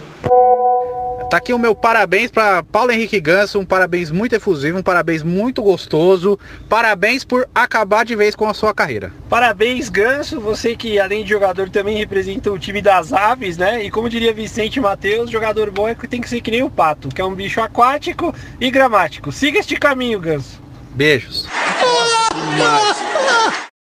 Tá aqui o meu parabéns pra Paulo Henrique Ganso, um parabéns muito efusivo, um parabéns muito gostoso. Parabéns por acabar de vez com a sua carreira. Parabéns, Ganso, você que além de jogador também representa o time das aves, né? E como diria Vicente Matheus, jogador bom é que tem que ser que nem o pato, que é um bicho aquático e gramático. Siga este caminho, Ganso. Beijos.